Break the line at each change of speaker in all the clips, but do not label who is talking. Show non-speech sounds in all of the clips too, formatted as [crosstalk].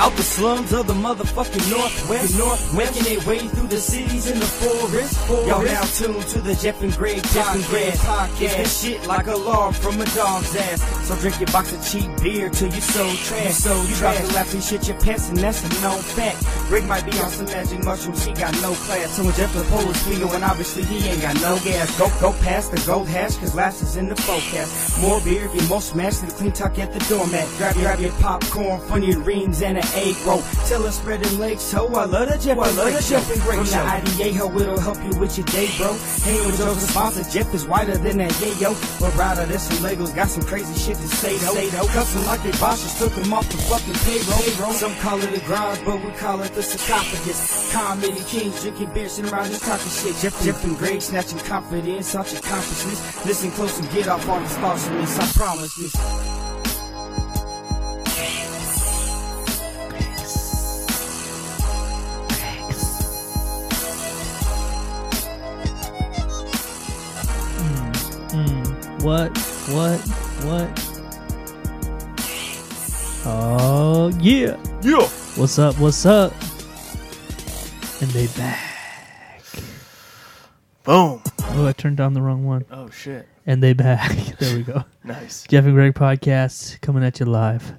Out the slums of the motherfucking Northwest, North, making their way through the cities in the forest. Y'all now tuned to the Jeff and Greg Jeff and Greg podcast. This shit like a log from a dog's ass. So drink your box of cheap beer till you so trash. So you drop the laughing shit your pants, and that's a known fact. Rick might be on some magic mushrooms, he got no class. So when Jeff the pole is Leo, and obviously he ain't got no gas. Go go past the gold hash, cause laughs is in the forecast. More beer, get more smashed than clean tuck at the doormat. Grab, grab your popcorn, funny rings, and an egg roll. Tell us spread and legs, ho, I love the Jeff, I love the Jeff and Greg show. From the IDA, ho, it'll help you with your day, bro. Hang with Joe's sponsor, Jeff is whiter than that yayo. But rider, there's some Legos, got some crazy shit to say, though. Custom like they bosses, took them off the fucking payroll. Some call it a grind, but we call it the sarcophagus. Comedy kings drinking beer, sitting around just talking shit. Jeff, Jeff and Greg snatching confidence out your consciousness. Listen close and get off on the thoughts of this, I promise this.
What? What? What? Oh yeah.
Yeah.
What's up? What's up? And they back.
Boom.
Oh, I turned down the wrong one.
Oh shit.
And they back. [laughs] there we go.
Nice.
Jeff and Greg podcast coming at you live.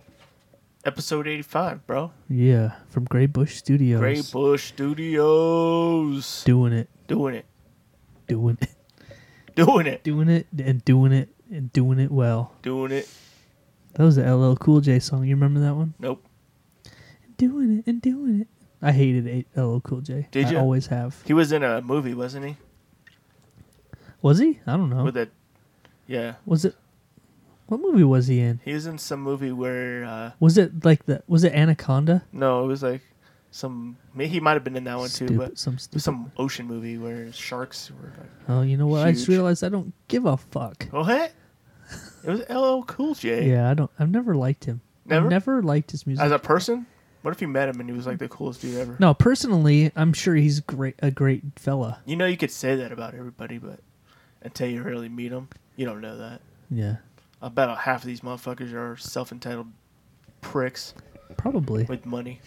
Episode 85, bro.
Yeah, from Gray Bush Studios.
Gray Bush Studios.
doing it,
Doing it.
doing it,
Doing it.
doing it, and doing it, and doing it well.
Doing it.
That was the LL Cool J song. You remember that one?
Nope.
Doing it and doing it. I hated A- LL Cool J.
Did
I
ya?
always have.
He was in a movie, wasn't he?
Was he? I don't know.
With that. Yeah.
was it? What movie was he in?
He was in some movie where. Uh,
Was it like the? Was it Anaconda?
no, it was like some. Maybe he might have been in that one too,
Stupid-
but.
some
It was
stupid.
some ocean movie where sharks were like.
Oh, you know what? I just
huge.
realized I don't give a fuck.
Oh, hey. It was LL Cool J.
Yeah, I don't. I've never liked him.
Never?
I've never liked his music.
As a person? What if you met him and he was like the coolest dude ever?
no, personally, I'm sure he's great. A great fella.
You know, you could say that about everybody, but until you really meet them, you don't know that.
Yeah,
I bet half of these motherfuckers are self entitled pricks
probably.
with money.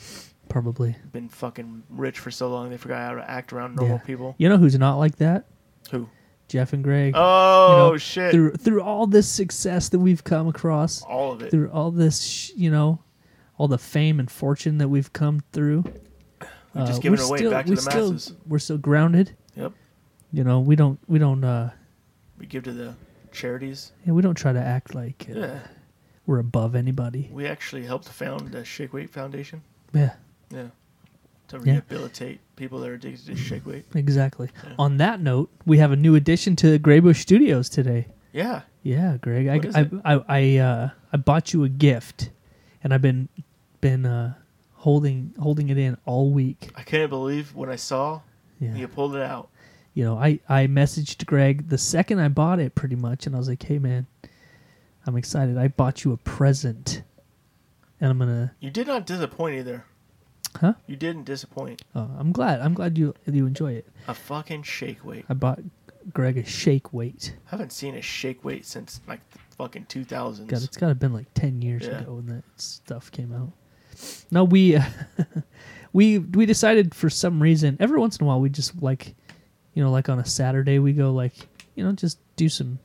Probably.
Been fucking rich for so long they forgot how to act around normal
Yeah.
people.
You know who's not like that?
Who?
Jeff and Greg. You
Oh
know,
shit!
Through through all this success that we've come across,
All of it.
through all this, sh- you know, all the fame and fortune that we've come through,
We're
uh,
just giving
we're
it away
still-
back to
we
the
still-
masses.
We're still grounded.
Yep.
You know, we don't we don't uh
We give to the charities.
yeah, we don't try to act like uh,
Yeah.
we're above anybody.
We actually helped found the Shake Weight Foundation.
Yeah,
Yeah. To
Yeah.
rehabilitate people that are addicted to shake weight.
exactly. On that note, we have a new addition to Graybush Studios today.
Yeah.
Yeah, Greg,
What is
I
it?
I I, I, uh, I bought you a gift, and I've been been uh, holding holding it in all week.
I couldn't believe when I saw
Yeah.
you pulled it out.
you know, I, I messaged Greg the second I bought it pretty much, and I was like, hey, man, I'm excited. I bought you a present. And I'm gonna.
You did not disappoint either.
Huh?
You didn't disappoint.
Uh, I'm glad. I'm glad you you enjoy it.
A fucking shake weight.
I bought Greg a shake weight.
I haven't seen a shake weight since like the fucking two thousands.
God, it's got to been like ten years
Yeah.
ago when that stuff came out. No, we [laughs] uh, we we decided for some reason every once in a while we just like, you know, like on a Saturday we go like, you know, just do some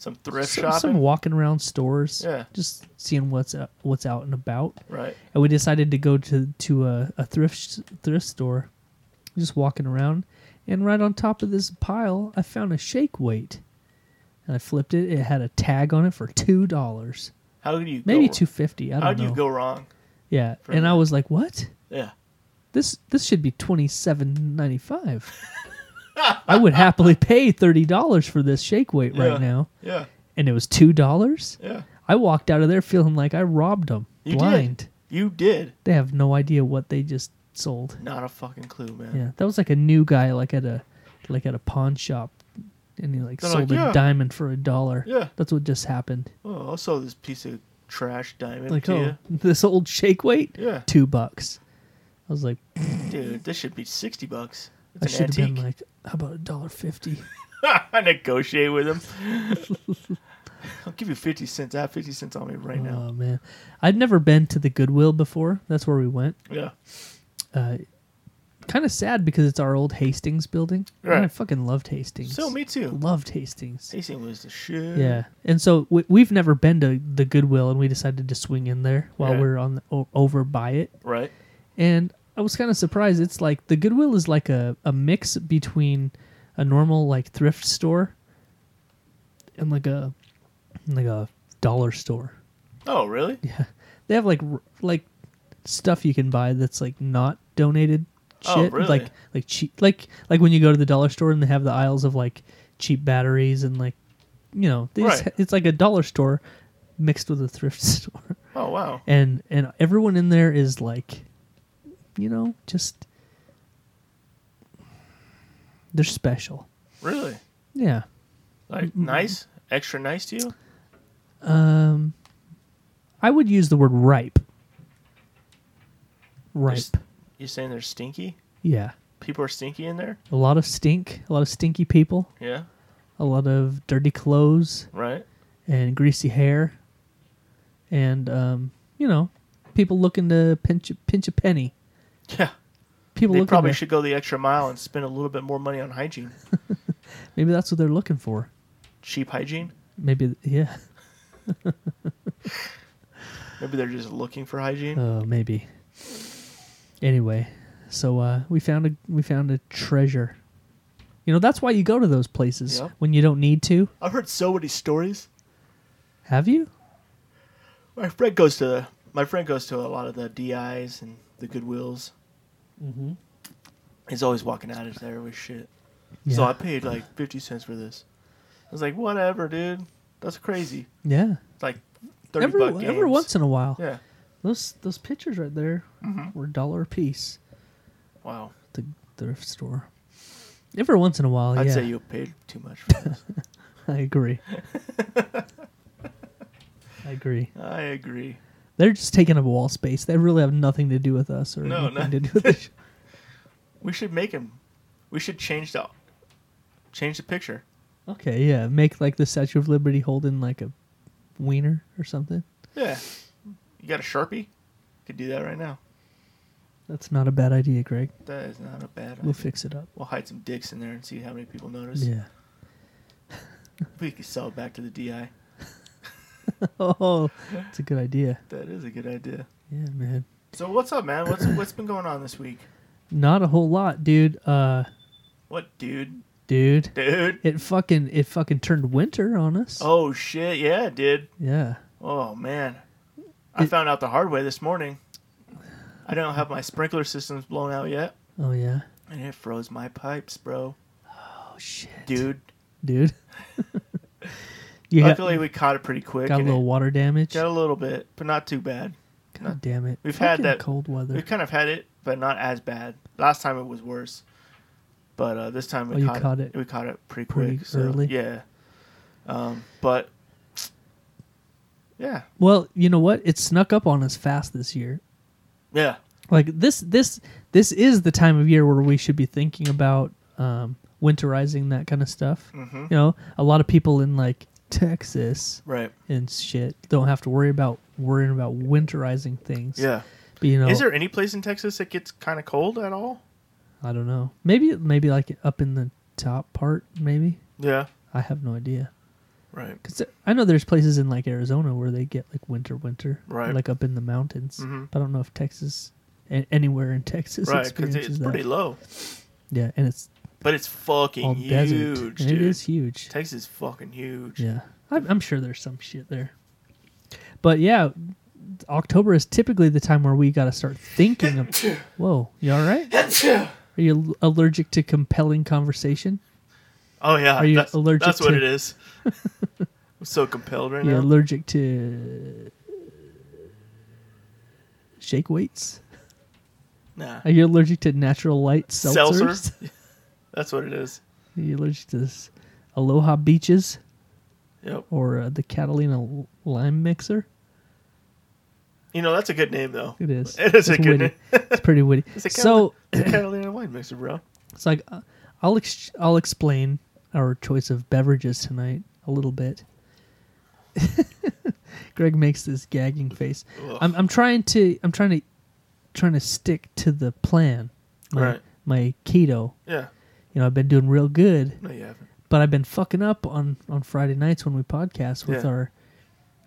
Some thrift
some,
shopping.
some walking around stores.
Yeah.
Just seeing what's uh, what's out and about.
right.
And we decided to go to to a, a thrift s- thrift store. Just walking around, and right on top of this pile, I found a shake weight, and I flipped it. It had a tag on it for two dollars,
How do you
maybe
go,
two fifty. I
How
don't
do
know.
you go wrong?
yeah,
for
and I
that?
was like, "What?
Yeah.
This this should be twenty seven ninety five. I would happily pay thirty dollars for this shake weight
Yeah.
right now,
Yeah.
and it was two dollars.
Yeah.
I walked out of there feeling like I robbed them
You did.
blind.
You did.
They have no idea what they just sold.
Not a fucking clue, man.
Yeah, that was like a new guy, like at a like at a pawn shop, and he like
They're
sold
like,
a
"Yeah."
diamond for a dollar.
Yeah.
that's what just happened.
Oh, I saw this piece of trash diamond
Like,
to
oh, this old shake weight,
Yeah.
two bucks. I was like,
you. Dude, this should be sixty bucks.
I
It's an
should have been
antique. [laughs]
like, how about a dollar fifty? [laughs]
I negotiate with him. I'll give you fifty cents. I have fifty cents on me right now.
Oh man, I'd never been to the Goodwill before. That's where we went.
Yeah.
Uh, kind of sad because it's our old Hastings building. And I
Right.
fucking loved Hastings.
So me too.
loved Hastings.
Tasting was the shit.
Yeah, and so we, we've never been to the Goodwill, and we decided to swing in there while
Yeah.
we're on the, o- over by it.
Right.
And I was kind of surprised. It's like the Goodwill is like a, a mix between a normal like thrift store and like a like a dollar store.
Oh really?
Yeah, they have like r- like stuff you can buy that's like not donated shit.
Oh, really?
Like like cheap like like when you go to the dollar store and they have the aisles of like cheap batteries and like you know they just
Right.
ha- it's like a dollar store mixed with a thrift [laughs] store
Oh wow.
and and everyone in there is like you know just they're special
Really?
yeah
Like
Mm-hmm.
nice? Extra nice to you?
um i would use the word ripe ripe
Just- You saying they're stinky?
yeah
People are stinky in there?
a lot of stink a lot of stinky people
Yeah.
a lot of dirty clothes
Right.
and greasy hair and um you know people looking to pinch a, pinch a penny
Yeah.
people
They
looking
probably
to-
should go the extra mile and spend a little bit more money on hygiene.
maybe that's what they're looking for
Cheap hygiene?
maybe yeah
Maybe they're just looking for hygiene.
Oh, maybe. Anyway, so uh, we found a we found a treasure. You know that's why you go to those places
Yep.
when you don't need to.
I've heard so many stories.
Have you?
My friend goes to my friend goes to a lot of the DIs and the Goodwills.
Mhm.
He's always walking out of there with shit. So
Yeah.
I paid like fifty cents for this. I was like, whatever, dude. That's crazy.
Yeah.
It's like thirty
Every
buck games.
every once in a while,
yeah.
those those pictures right there were a dollar a piece.
Wow.
at The thrift store. Every once in a while,
I'd
Oh, yeah,
say you paid too much for this.
[laughs] I
[laughs]
agree. I agree.
I agree.
They're just taking up wall space. They really have nothing to do with us or
No,
anything
no.
to do
[laughs]
with the sh-
We should make him. We should change the change the picture.
Okay, yeah, make like the Statue of Liberty holding like a wiener or something.
Yeah. You got a sharpie? Could do that right now.
That's not a bad idea, Greg.
That is not a bad.
We'll
Idea.
fix it up.
We'll hide some dicks in there and see how many people notice.
Yeah. [laughs]
We could sell it back to the DI.
Oh, it's a good idea.
That is a good idea.
Yeah, man.
So what's up, man?
[coughs]
What's what's been going on this week?
Not a whole lot, dude. Uh,
What, dude?
dude,
Dude.
it fucking it fucking turned winter on us.
Oh shit! Yeah, dude.
Yeah.
Oh man, I
It-
found out the hard way this morning. I don't have my sprinkler systems blown out yet,
Oh yeah.
and it froze my pipes, bro.
Oh shit,
Dude,
Dude. [laughs] you got,
luckily we caught it pretty quick.
got a
and
little
it-
water damage.
got a little bit, but not too bad.
God damn it.
We've had
Fucking
that-
cold weather.
We kind of had it, but not as bad. Last time it was worse, but uh, this time we
Oh, you
caught,
caught
it.
it
We caught it pretty,
pretty
quick. so,
early?
yeah. Um, but yeah,
Well, you know what? It snuck up on us fast this year.
yeah,
like this this this is the time of year where we should be thinking about um, winterizing that kind of stuff
hmm
you know a lot of people in like texas
right,
and shit don't have to worry about worrying about winterizing things
yeah.
but you know
Is there any place in Texas that gets kind of cold at all?
i don't know maybe maybe like up in the top part maybe
Yeah,
i have no idea
right.
because i know there's places in like arizona where they get like winter winter
Right.
like up in the mountains
Mhm.
but i don't know if texas a- anywhere in texas
Right, because
experiences
it's
that
pretty low,
yeah and it's
but it's fucking
all
huge,
desert. And
dude.
It is huge.
Texas is fucking huge.
Yeah, I'm, I'm sure there's some shit there, but yeah, October is typically the time where we got to start
[laughs]
thinking. Of, whoa, you all right? Are you al- allergic to compelling conversation?
Oh yeah,
Are you
that's,
allergic
That's what
to-
it is. I'm so compelled right
[laughs] You're
now.
allergic to shake weights.
nah,
Are you allergic to natural light seltzers?
seltzer.
[laughs]
that's what it is.
Are you allergic to this Aloha Beaches
Yep.
or uh, the Catalina L- Lime Mixer?
You know that's a good name though.
It is.
[laughs] It is a
It's
good
witty.
name.
[laughs] It's pretty witty.
It's a
so
It's
[clears throat]
a Catalina wine mixer, bro.
it's like uh, I'll ex- I'll explain our choice of beverages tonight a little bit, [laughs] Greg makes this gagging face. I'm, I'm trying to I'm trying to trying to stick to the plan. My,
Right.
My keto.
Yeah.
You know, I've been doing real good,
No, you haven't.
but I've been fucking up on on Friday nights when we podcast with
Yeah.
our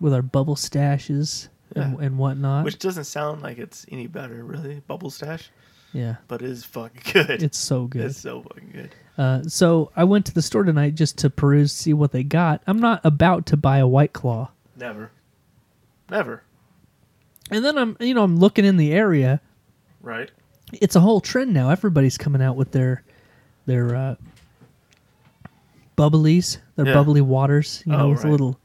with our bubble stashes and, and whatnot.
Which doesn't sound like it's any better, really. Bubble stash,
yeah,
but it is fucking [laughs] good.
it's so good.
It's so fucking good.
Uh, so I went to the store tonight just to peruse, see what they got. I'm not about to buy a White Claw.
Never. Never.
And then I'm, you know, I'm looking in the area.
Right.
It's a whole trend now. Everybody's coming out with their their uh, bubblies, their
Yeah.
bubbly waters, you know,
Oh,
with
right.
little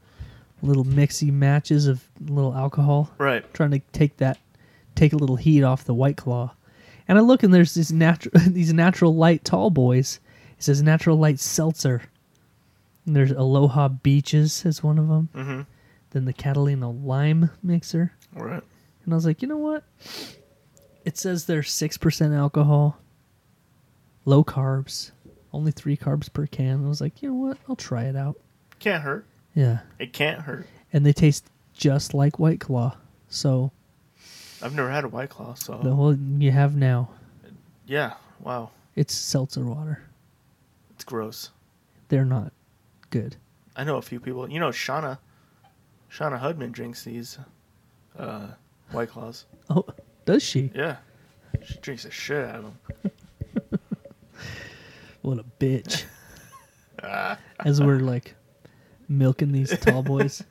little mixy matches of little alcohol.
Right.
Trying to take that take a little heat off the White Claw. And I look and there's these natural [laughs] these natural light tall boys. It says natural light seltzer. And there's Aloha Beaches as one of them.
Mhm.
Then the Catalina Lime mixer.
Right.
And I was like, you know what? It says they're 6% alcohol, low carbs, only three carbs per can. I was like, you know what? I'll try it out.
Can't hurt.
Yeah.
It can't hurt.
And they taste just like White Claw. So
I've never had a white claw, so
the whole you have now,
yeah. Wow.
it's seltzer water.
It's gross.
They're not good.
I know a few people. You know, Shauna, Shauna Hudman drinks these uh, White Claws.
Oh, does she?
Yeah, she drinks the shit out of them.
What a bitch. [laughs]
Ah,
As we're like milking these tall boys.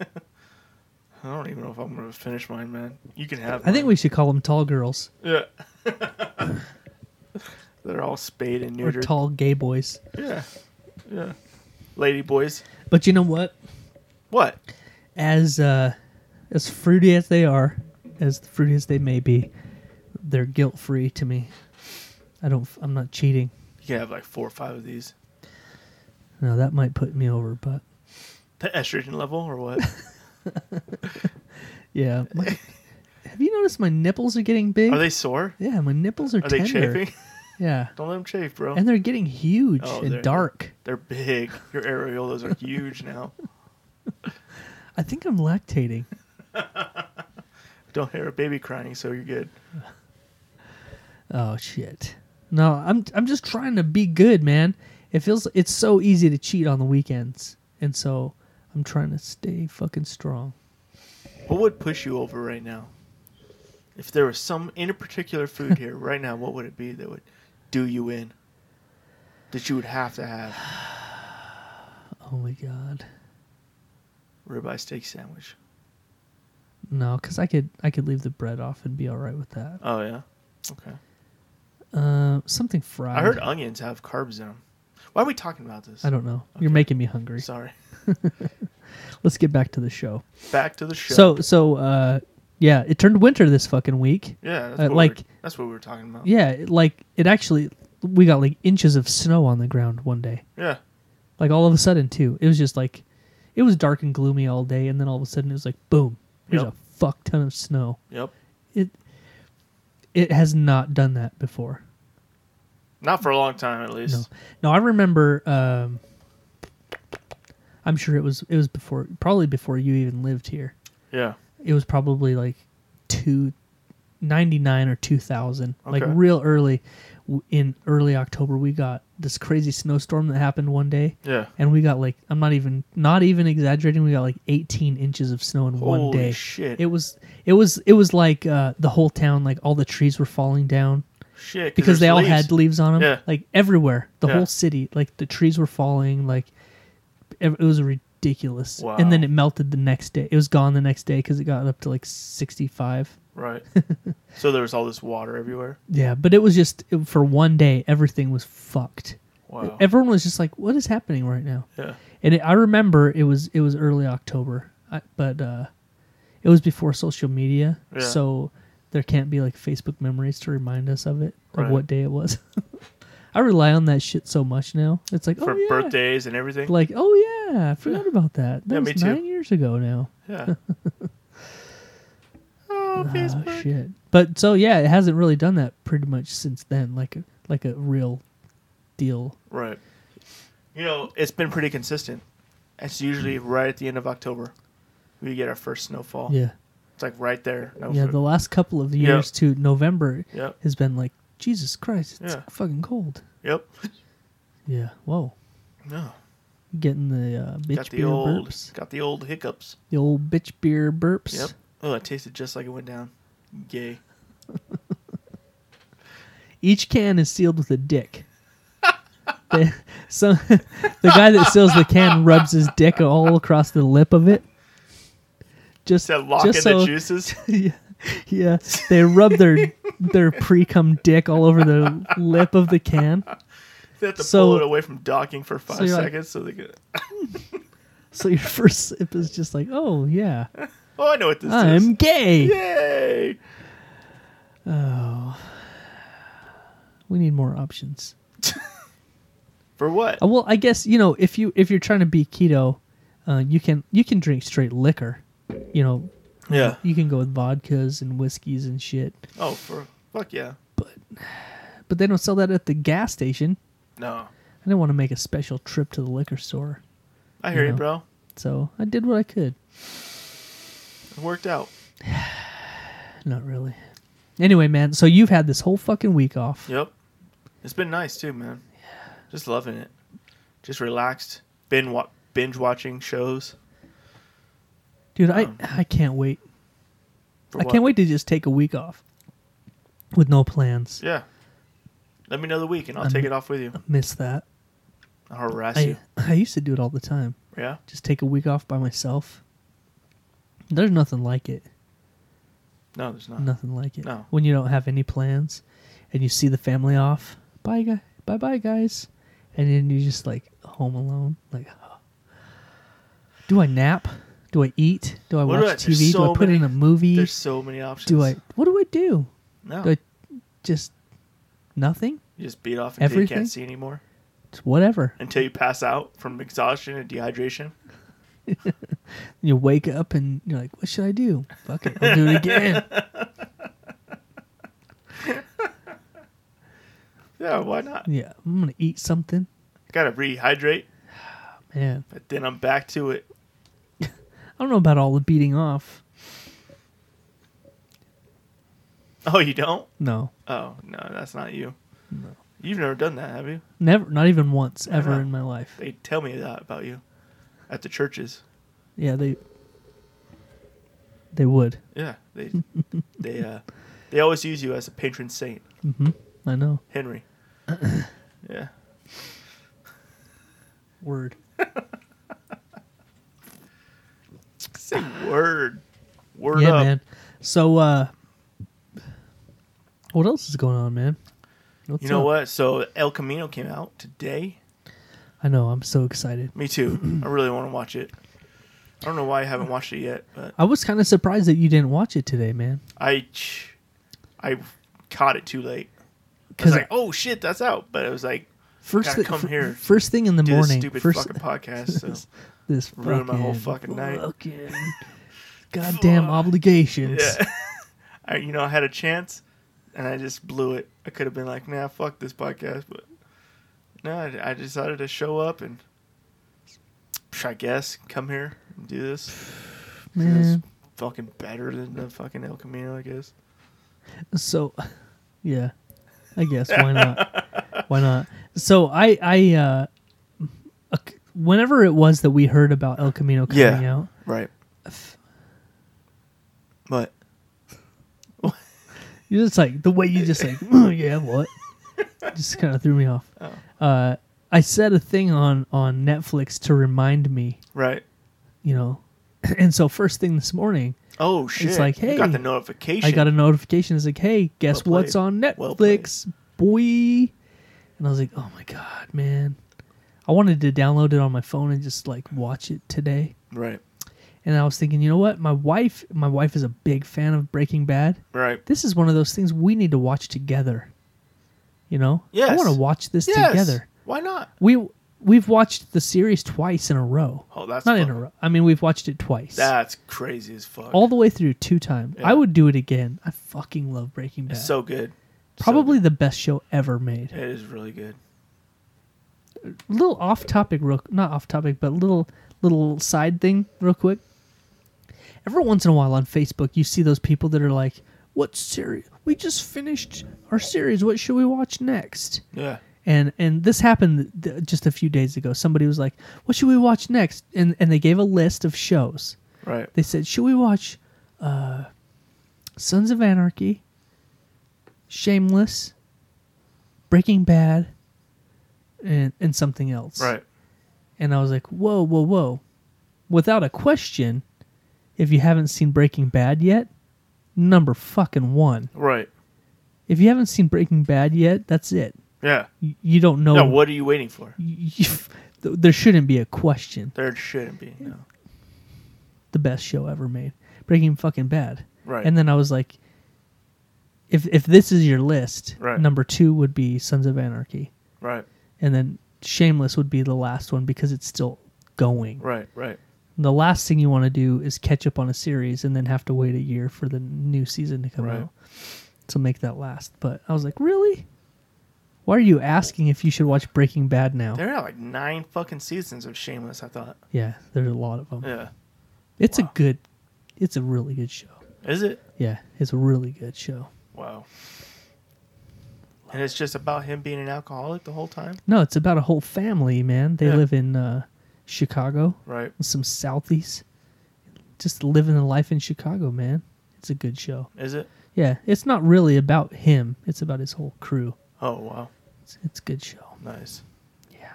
I don't even know if I'm gonna finish mine, man. You can have.
I think we should call them tall girls
mine. Yeah. [laughs] They're all spayed and
or
neutered.
tall gay boys.
Yeah, yeah. Lady boys.
But you know what?
What?
as uh, as fruity as they are, as fruity as they may be, they're guilt free to me. I don't. I'm not cheating.
You can have like four or five of these.
No, that might put me over, but
The estrogen level or what?
yeah. my- [laughs] have you noticed my nipples are getting big?
Are they sore?
yeah, my nipples are,
Are they
tender.
chafing? [laughs]
Yeah,
Don't let them chafe, bro.
[laughs] and they're getting huge
Oh,
and
they're-
dark.
They're big. Your areolas are huge now.
I think I'm lactating.
Don't hear a baby crying, so you're good.
Oh shit. No, I'm I'm just trying to be good, man. It feels it's so easy to cheat on the weekends, and so I'm trying to stay fucking strong.
What would push you over right now? If there was some any particular [laughs] food here right now, what would it be that would do you in? That you would have to have
Oh my god.
ribeye steak sandwich.
No, because I could I could leave the bread off and be all right with that.
Oh yeah, okay.
Uh, something fried.
I heard onions have carbs in them. Why are we talking about this?
I don't know. You're making me hungry.
Sorry.
Let's get back to the show.
Back to the show.
So so uh, yeah, it turned winter this fucking week.
yeah, that's
uh,
what we
like-
were- that's what we were talking about.
Yeah, it, like it actually we got like inches of snow on the ground one day.
yeah,
Like all of a sudden too. It was just like it was dark and gloomy all day, and then all of a sudden it was like boom, here's
Yep.
a fuck ton of snow.
yep.
It it has not done that before.
Not for a long time, at
No,
least.
no, I remember. Um, I'm sure it was it was before, probably before you even lived here.
Yeah,
It was probably like two ninety nine or two thousand, like
Okay.
real early W- in early October. We got this crazy snowstorm that happened one day,
yeah.
and we got like I'm not even not even exaggerating. We got like 18 inches of snow in one
Holy
day.
shit!
It was it was it was like uh, the whole town, like all the trees were falling down
shit,
because they
there's
all
leaves.
had leaves on them
Yeah.
like everywhere the
Yeah.
whole city like the trees were falling like ev- it was ridiculous
Wow.
and then it melted the next day it was gone the next day because it got up to like 65 [laughs]
right. so there was all this water everywhere.
yeah but it was just it- for one day everything was fucked
Wow.
everyone was just like what is happening right now
yeah.
and it, i remember it was it was early october I, but uh it was before social media
Yeah.
so there can't be like facebook memories to remind us of it
Right.
of what day it was [laughs] i rely on that shit so much now it's like
for
oh, yeah.
birthdays and everything.
like oh yeah i forgot about that that
Yeah,
was
me too.
nine years ago now
yeah. [laughs] oh,
oh
Facebook.
shit but so yeah it hasn't really done that pretty much since then like a, like a real deal
Right.
Mm.
You know, it's been pretty consistent. It's usually right at the end of October. we get our first snowfall.
Yeah.
It's like right there. No
yeah,
food.
the last couple of years to November
Yep.
has been like, Jesus Christ, it's
Yeah.
fucking cold.
Yep.
Yeah. Whoa.
No.
Getting the uh, bitch
Got the
beer
old
burps.
got the old hiccups.
The old bitch beer burps.
Yep. Oh, it tasted just like it went down. Gay.
Each can is sealed with
[laughs]
a dick. They- so [laughs] the guy that seals the can rubs his dick all across the lip of it. Just,
Is that lock in
just so
the juices? [laughs]
yeah, [laughs] yeah, they rub their their pre cum dick all over the lip of the can.
They have to
[laughs] So-
pull it away from docking for five
you're like-
seconds so they can.
So your [laughs] first sip is just like, oh yeah,
Oh, I know what this
I'm
is.
gay.
Yay!
We need more options.
For what?
Uh, Well, I guess you know if you if you're trying to be keto, uh, you can you can drink straight liquor. You know,
Yeah.
you can go with vodkas and whiskeys and shit,
Oh, for fuck yeah.
but they don't sell that at the gas station.
No,
I didn't want to make a special trip to the liquor store,
I hear
You
you,
know.
bro.
so I did what I could.
It worked out.
Not really. Anyway, man, so you've had this whole fucking week off.
Yep. It's been nice too, man. Just loving it. Just relaxed. Been wa- binge watching shows.
Dude, I,
Um,
I can't wait.
For
I
what?
can't wait to just take a week off with no plans.
Yeah. Let me know the week and I'll
I'm-
take it off with you.
Miss that.
I'll harass
Um, I,
you.
I used to do it all the time.
Yeah.
Just take a week off by myself. There's nothing like it.
No, there's not.
Nothing like it.
No.
When you don't have any plans and you see the family off. Bye guy bye bye guys. And then you're just like home alone. Like Do I nap? Do I eat? Do I
What do I-
watch
there's
TV? do
so
I put
many-
in a movie?
There's so many options.
do I what do I do?
No.
do I- Just nothing?
you just beat off until you
Everything?
can't see anymore.
It's whatever.
Until you pass out from exhaustion and dehydration.
You wake up and you're like, what should I do? Fuck it, I'll do
[laughs]
it again.
Yeah, why not?
yeah, I'm gonna eat something.
Gotta rehydrate,
Man,
but then I'm back to it.
I don't know about all the beating off.
Oh, you don't?
No,
Oh, no, that's not you. You've never done that, have you?
never, not even once ever
not?
in my life.
They tell me that about you at the churches.
Yeah, they they would.
Yeah, they they uh, they always use you as a patron saint,
I know.
Henry. yeah,
Word.
say word, word
yeah,
up.
man. So, uh, what else is going on, man? What's
You know
up?
what? So El Camino came out today.
I know. I'm so excited.
Me too. I really want to watch it. I don't know why I haven't watched it yet, but
I was kind of surprised that you didn't watch it today, man.
I I caught it too late. I was
Because
like, oh shit, that's out. But it was like,
first,
gotta
thi-
come
fir-
here,
first thing in the
do this
morning,
stupid
first
fucking podcast. So
[laughs] this
ruin my whole fucking night. [laughs]
fucking goddamn obligations.
yeah,
[laughs]
I, you know, I had a chance, and I just blew it. I could have been like, nah, fuck this podcast, but no, I, I decided to show up and, psh, I guess, come here and do this.
Man.
Fucking better than the fucking El Camino, I guess.
So, [laughs] yeah, I guess why not? why not? So I I uh, ac- whenever it was that we heard about El Camino coming
Yeah.
out,
Right. But
you're just like the way you just like [laughs] "Oh, yeah what, just kind of threw me off. Uh, I said a thing on on Netflix to remind me,
right.
you know, [clears throat] and so first thing this morning.
Oh shit!
like,
you got
hey,
the notification.
I got a notification. It's like, hey, guess
Well
what's
played.
on
Well
Netflix, boy? And I was like, oh my god, man! I wanted to download it on my phone and just like watch it today.
right.
And I was thinking, you know what? My wife, my wife is a big fan of Breaking Bad.
Right.
This is one of those things we need to watch together. You know? I
Yes.
want to watch this
Yes.
together.
Why not?
We we've watched the series twice in a row.
Oh, that's
Not in a
fucking-
row. I mean, we've watched it twice.
That's crazy as fuck.
all the way through two times.
Yeah.
I would do it again. I fucking love Breaking Bad.
it's so good. So
Probably the best show ever made.
good. it is really good.
Little off topic, real not off topic, but little little side thing, real quick. every once in a while on Facebook, you see those people that are like, "What series? We just finished our series. What should we watch next?"
Yeah.
And and this happened th- just a few days ago. Somebody was like, "What should we watch next?" And and they gave a list of shows.
Right.
They said, "Should we watch uh, Sons of Anarchy, Shameless, Breaking Bad, and and something else?"
Right.
And I was like, whoa, whoa, whoa. Without a question, if you haven't seen Breaking Bad yet, number fucking one.
Right.
If you haven't seen Breaking Bad yet, that's it.
Yeah.
You, you don't know.
Now, what are you waiting for?
you- th- [laughs] there shouldn't be a question.
There shouldn't be. No.
The best show ever made. Breaking fucking Bad.
Right.
And then I was like, if if this is your list,
Right.
number two would be Sons of Anarchy,
Right.
and then Shameless would be the last one because it's still going.
Right. Right.
the last thing you want to do is catch up on a series and then have to wait a year for the new season to come
Right.
out to make that last. But I was like, really? Why are you asking if you should watch Breaking Bad now?
There are like nine fucking seasons of Shameless. I thought.
yeah, there's a lot of them.
Yeah.
It's a good, it's a really good show.
Is it?
Yeah, it's a really good show.
Wow. And it's just about him being an alcoholic the whole time.
No, it's about a whole family, man. They
Yeah.
live in uh, Chicago,
Right.
some Southies, just living the life in Chicago, man. It's a good show.
Is it?
Yeah, it's not really about him. It's about his whole crew.
Oh wow.
It's, it's a good show.
Nice.
Yeah.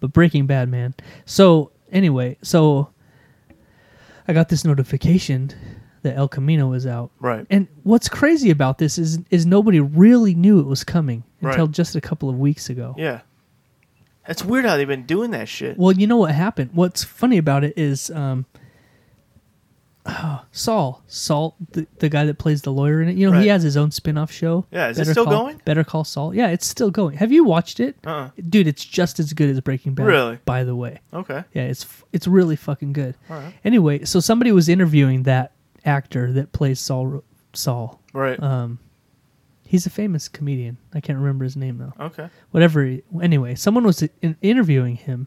But Breaking Bad, man. So anyway, so I got this notification that El Camino was out.
Right.
And what's crazy about this is is nobody really knew it was coming
Right.
until just a couple of weeks ago.
yeah. That's weird how they've been doing that shit.
Well, you know what happened? What's funny about it is um [sighs] oh, Saul, Saul, the, the guy that plays the lawyer in it, you know,
Right.
he has his own spin-off show.
Yeah, is it still
Call-
going?
Better Call Saul. Yeah, it's still going. Have you watched it?
Uh-uh.
Dude, it's just as good as Breaking Bad.
Really?
By the way.
Okay.
Yeah, it's f- it's really fucking good.
All right.
Anyway, so somebody was interviewing that actor that plays Saul. Ro- Saul.
Right.
uh, He's a famous comedian. I can't remember his name though.
okay.
Whatever. he- Anyway, someone was in- interviewing him,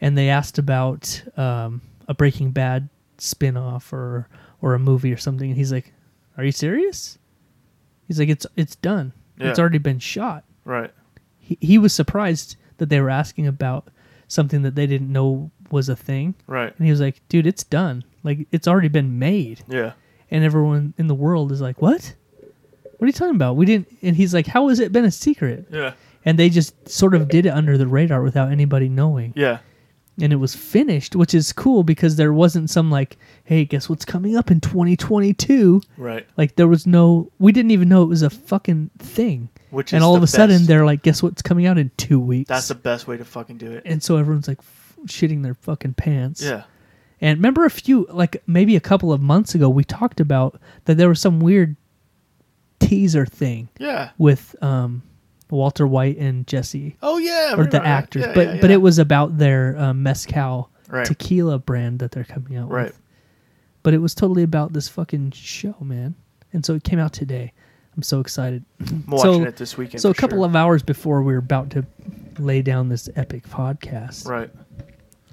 and they asked about um, a Breaking Bad spin-off or or a movie or something, and he's like, "Are you serious?" He's like, "It's it's done. It's
Yeah.
already been shot."
Right.
He he was surprised that they were asking about something that they didn't know was a thing.
Right.
And he was like, dude, it's done. Like, it's already been made.
Yeah.
And everyone in the world is like, what? What are you talking about? We didn't. And he's like, how has it been a secret?
Yeah.
And they just sort of did it under the radar without anybody knowing.
Yeah.
And it was finished, which is cool because there wasn't some like, hey, guess what's coming up in 2022?
Right.
Like, there was no, we didn't even know it was a fucking thing.
Which
and
is
all
the
of a sudden,
best.
they're like, guess what's coming out in two weeks?
That's the best way to fucking do it.
and so everyone's like f- shitting their fucking pants.
Yeah.
And remember a few, like maybe a couple of months ago, we talked about that there was some weird teaser thing
Yeah.
with um, Walter White and Jesse,
Oh yeah. I
or the
remember that.
actors.
Yeah,
but
yeah,
but
yeah.
it was about their um, mezcal
Right.
tequila brand that they're coming out
Right.
with. But it was totally about this fucking show, man. And so it came out today. I'm so excited.
I'm watching
so-
it this weekend.
so a
for
couple
sure.
of hours before we were about to lay down this epic podcast,
Right.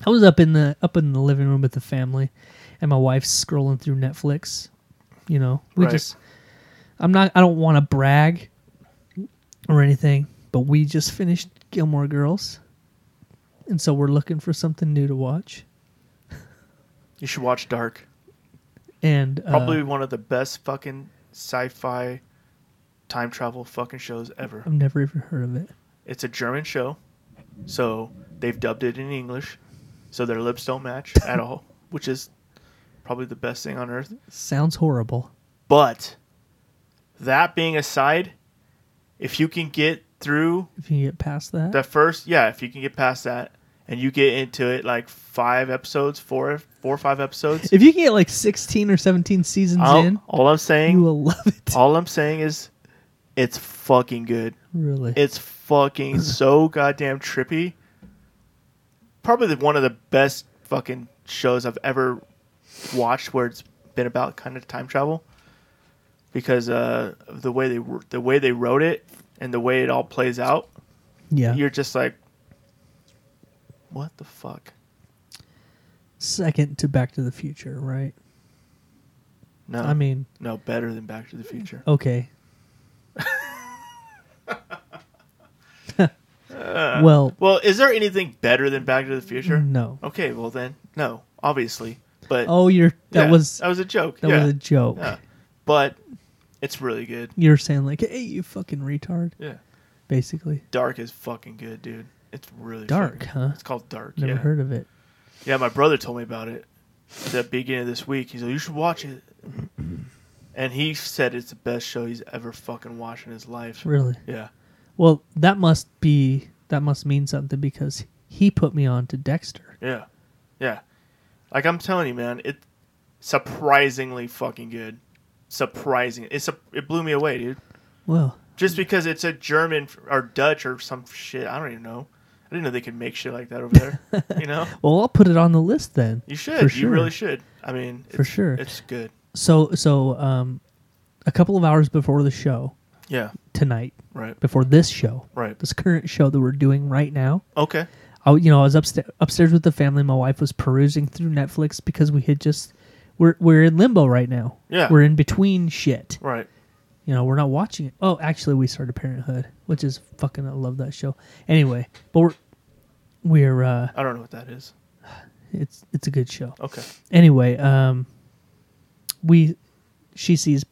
I was up in the up in the living room with the family, and my wife's scrolling through Netflix. You know, we
Right.
just I'm not I don't want to brag or anything, but we just finished Gilmore Girls, and so we're looking for something new to watch.
You should watch Dark.
And uh,
Probably one of the best fucking sci-fi time travel fucking shows ever.
I've never even heard of it.
It's a German show, so they've dubbed it in English, so their lips don't
[laughs]
match at all, which is probably the best thing on earth.
Sounds horrible.
But that being aside, if you can get through
If you can get past that,
the first, yeah, if you can get past that and you get into it like five episodes, four, four or five episodes,
if you can get like 16 or 17 seasons
I'll-
in,
all I'm
you
saying,
will love it.
all I'm saying is, it's fucking good.
[laughs] really,
It's
[laughs]
fucking so goddamn trippy. Probably the, one of the best fucking shows I've ever watched where it's been about kind of time travel because uh, of the way they wr- the way they wrote it and the way it all plays out.
yeah.
You're just like, what the fuck?
second to Back to the Future, right?
No,
I mean, Oh.
no better than Back to the Future. [laughs]
okay. [laughs] well,
Well, is there anything better than Back to the Future?
no.
Okay, well then, no, obviously, but
Oh, you're that
yeah,
was
that was a joke.
that
yeah.
was a joke.
Yeah. But it's really good.
You're saying like, "Hey, you fucking retard,"
Yeah.
basically.
Dark is fucking good, dude. It's really
Dark,
fucking-
huh?
It's called Dark.
Never
yeah.
heard of it.
Yeah, my brother told me about it at the beginning of this week. He's like, "You should watch
[clears throat]
it," and he said it's the best show he's ever fucking watched in his life.
Really?
Yeah.
Well, that must be that must mean something because he put me on to Dexter.
Yeah. Yeah. Like I'm telling you, man, it surprisingly fucking good. Surprising. It's a, it blew me away, dude.
Well,
Just because it's a German or Dutch or some shit, I don't even know. I didn't know they could make shit like that over there. you
[laughs]
know?
well, I'll put it on the list then.
You should.
For
You
sure.
really should. I mean,
For
it's-
sure.
It's good.
So, so um, a couple of hours before the show
Yeah.
tonight,
Right.
before this show,
Right.
this current show that we're doing right now,
Okay.
I, you know, I was upstairs, upstairs with the family. My wife was perusing through Netflix because we had just we're we're in limbo right now.
Yeah.
we're in between shit.
Right.
You know, we're not watching it. Oh, actually, we started Parenthood, which is fucking. I love that show. Anyway, but we're we're uh,
I don't know what that is.
it's it's a good show.
Okay.
Anyway, um, we she sees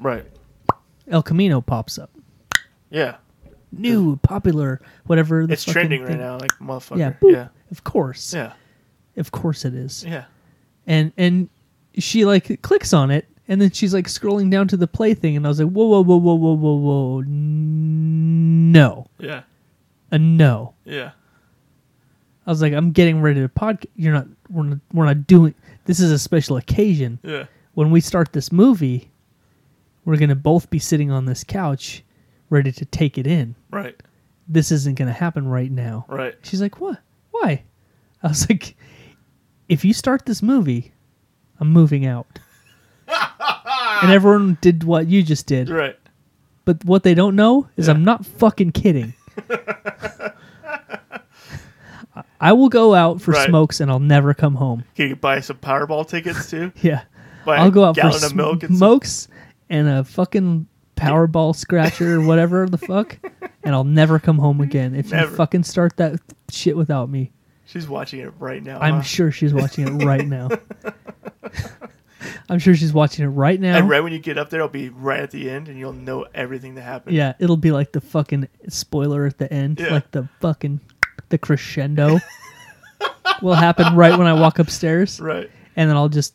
Right.
El Camino pops up.
Yeah.
new, popular, whatever. The
It's
fucking
trending right
thing-
now, like motherfucker.
Yeah,
Yeah.
boop.
Yeah.
Of course,
Yeah.
of course it is.
Yeah.
And and she like clicks on it, and then she's like scrolling down to the play thing, and I was like, whoa, whoa, whoa, whoa, whoa, whoa, whoa, no,
Yeah.
a no.
Yeah.
I was like, I'm getting ready to podcast. You're not. We're not. We're not doing. This is a special occasion.
Yeah.
When we start this movie, we're gonna both be sitting on this couch, ready to take it in.
Right.
This isn't gonna happen right now.
Right.
She's like, "What? Why?" I was [laughs] like, "If you start this movie, I'm moving out." and everyone did what you just did.
Right.
But what they don't know is I'm not fucking kidding. I- I will go out for
Right.
smokes and I'll never come home. [laughs]
Can you buy some Powerball tickets too?
Yeah.
Buy
I'll go out
a
for
gallon of milk and some-
smokes and a fucking Powerball scratcher or whatever the fuck, and I'll never come home again if
Never.
you fucking start that shit without me.
She's watching it right now.
I'm
huh?
sure she's watching it
[laughs]
right now. I'm sure she's watching it right now.
And right when you get up there, it'll be right at the end, and you'll know everything that happened.
yeah, it'll be like the fucking spoiler at the end,
Yeah.
like the fucking the crescendo [laughs] will happen right when I walk upstairs,
Right.
and then I'll just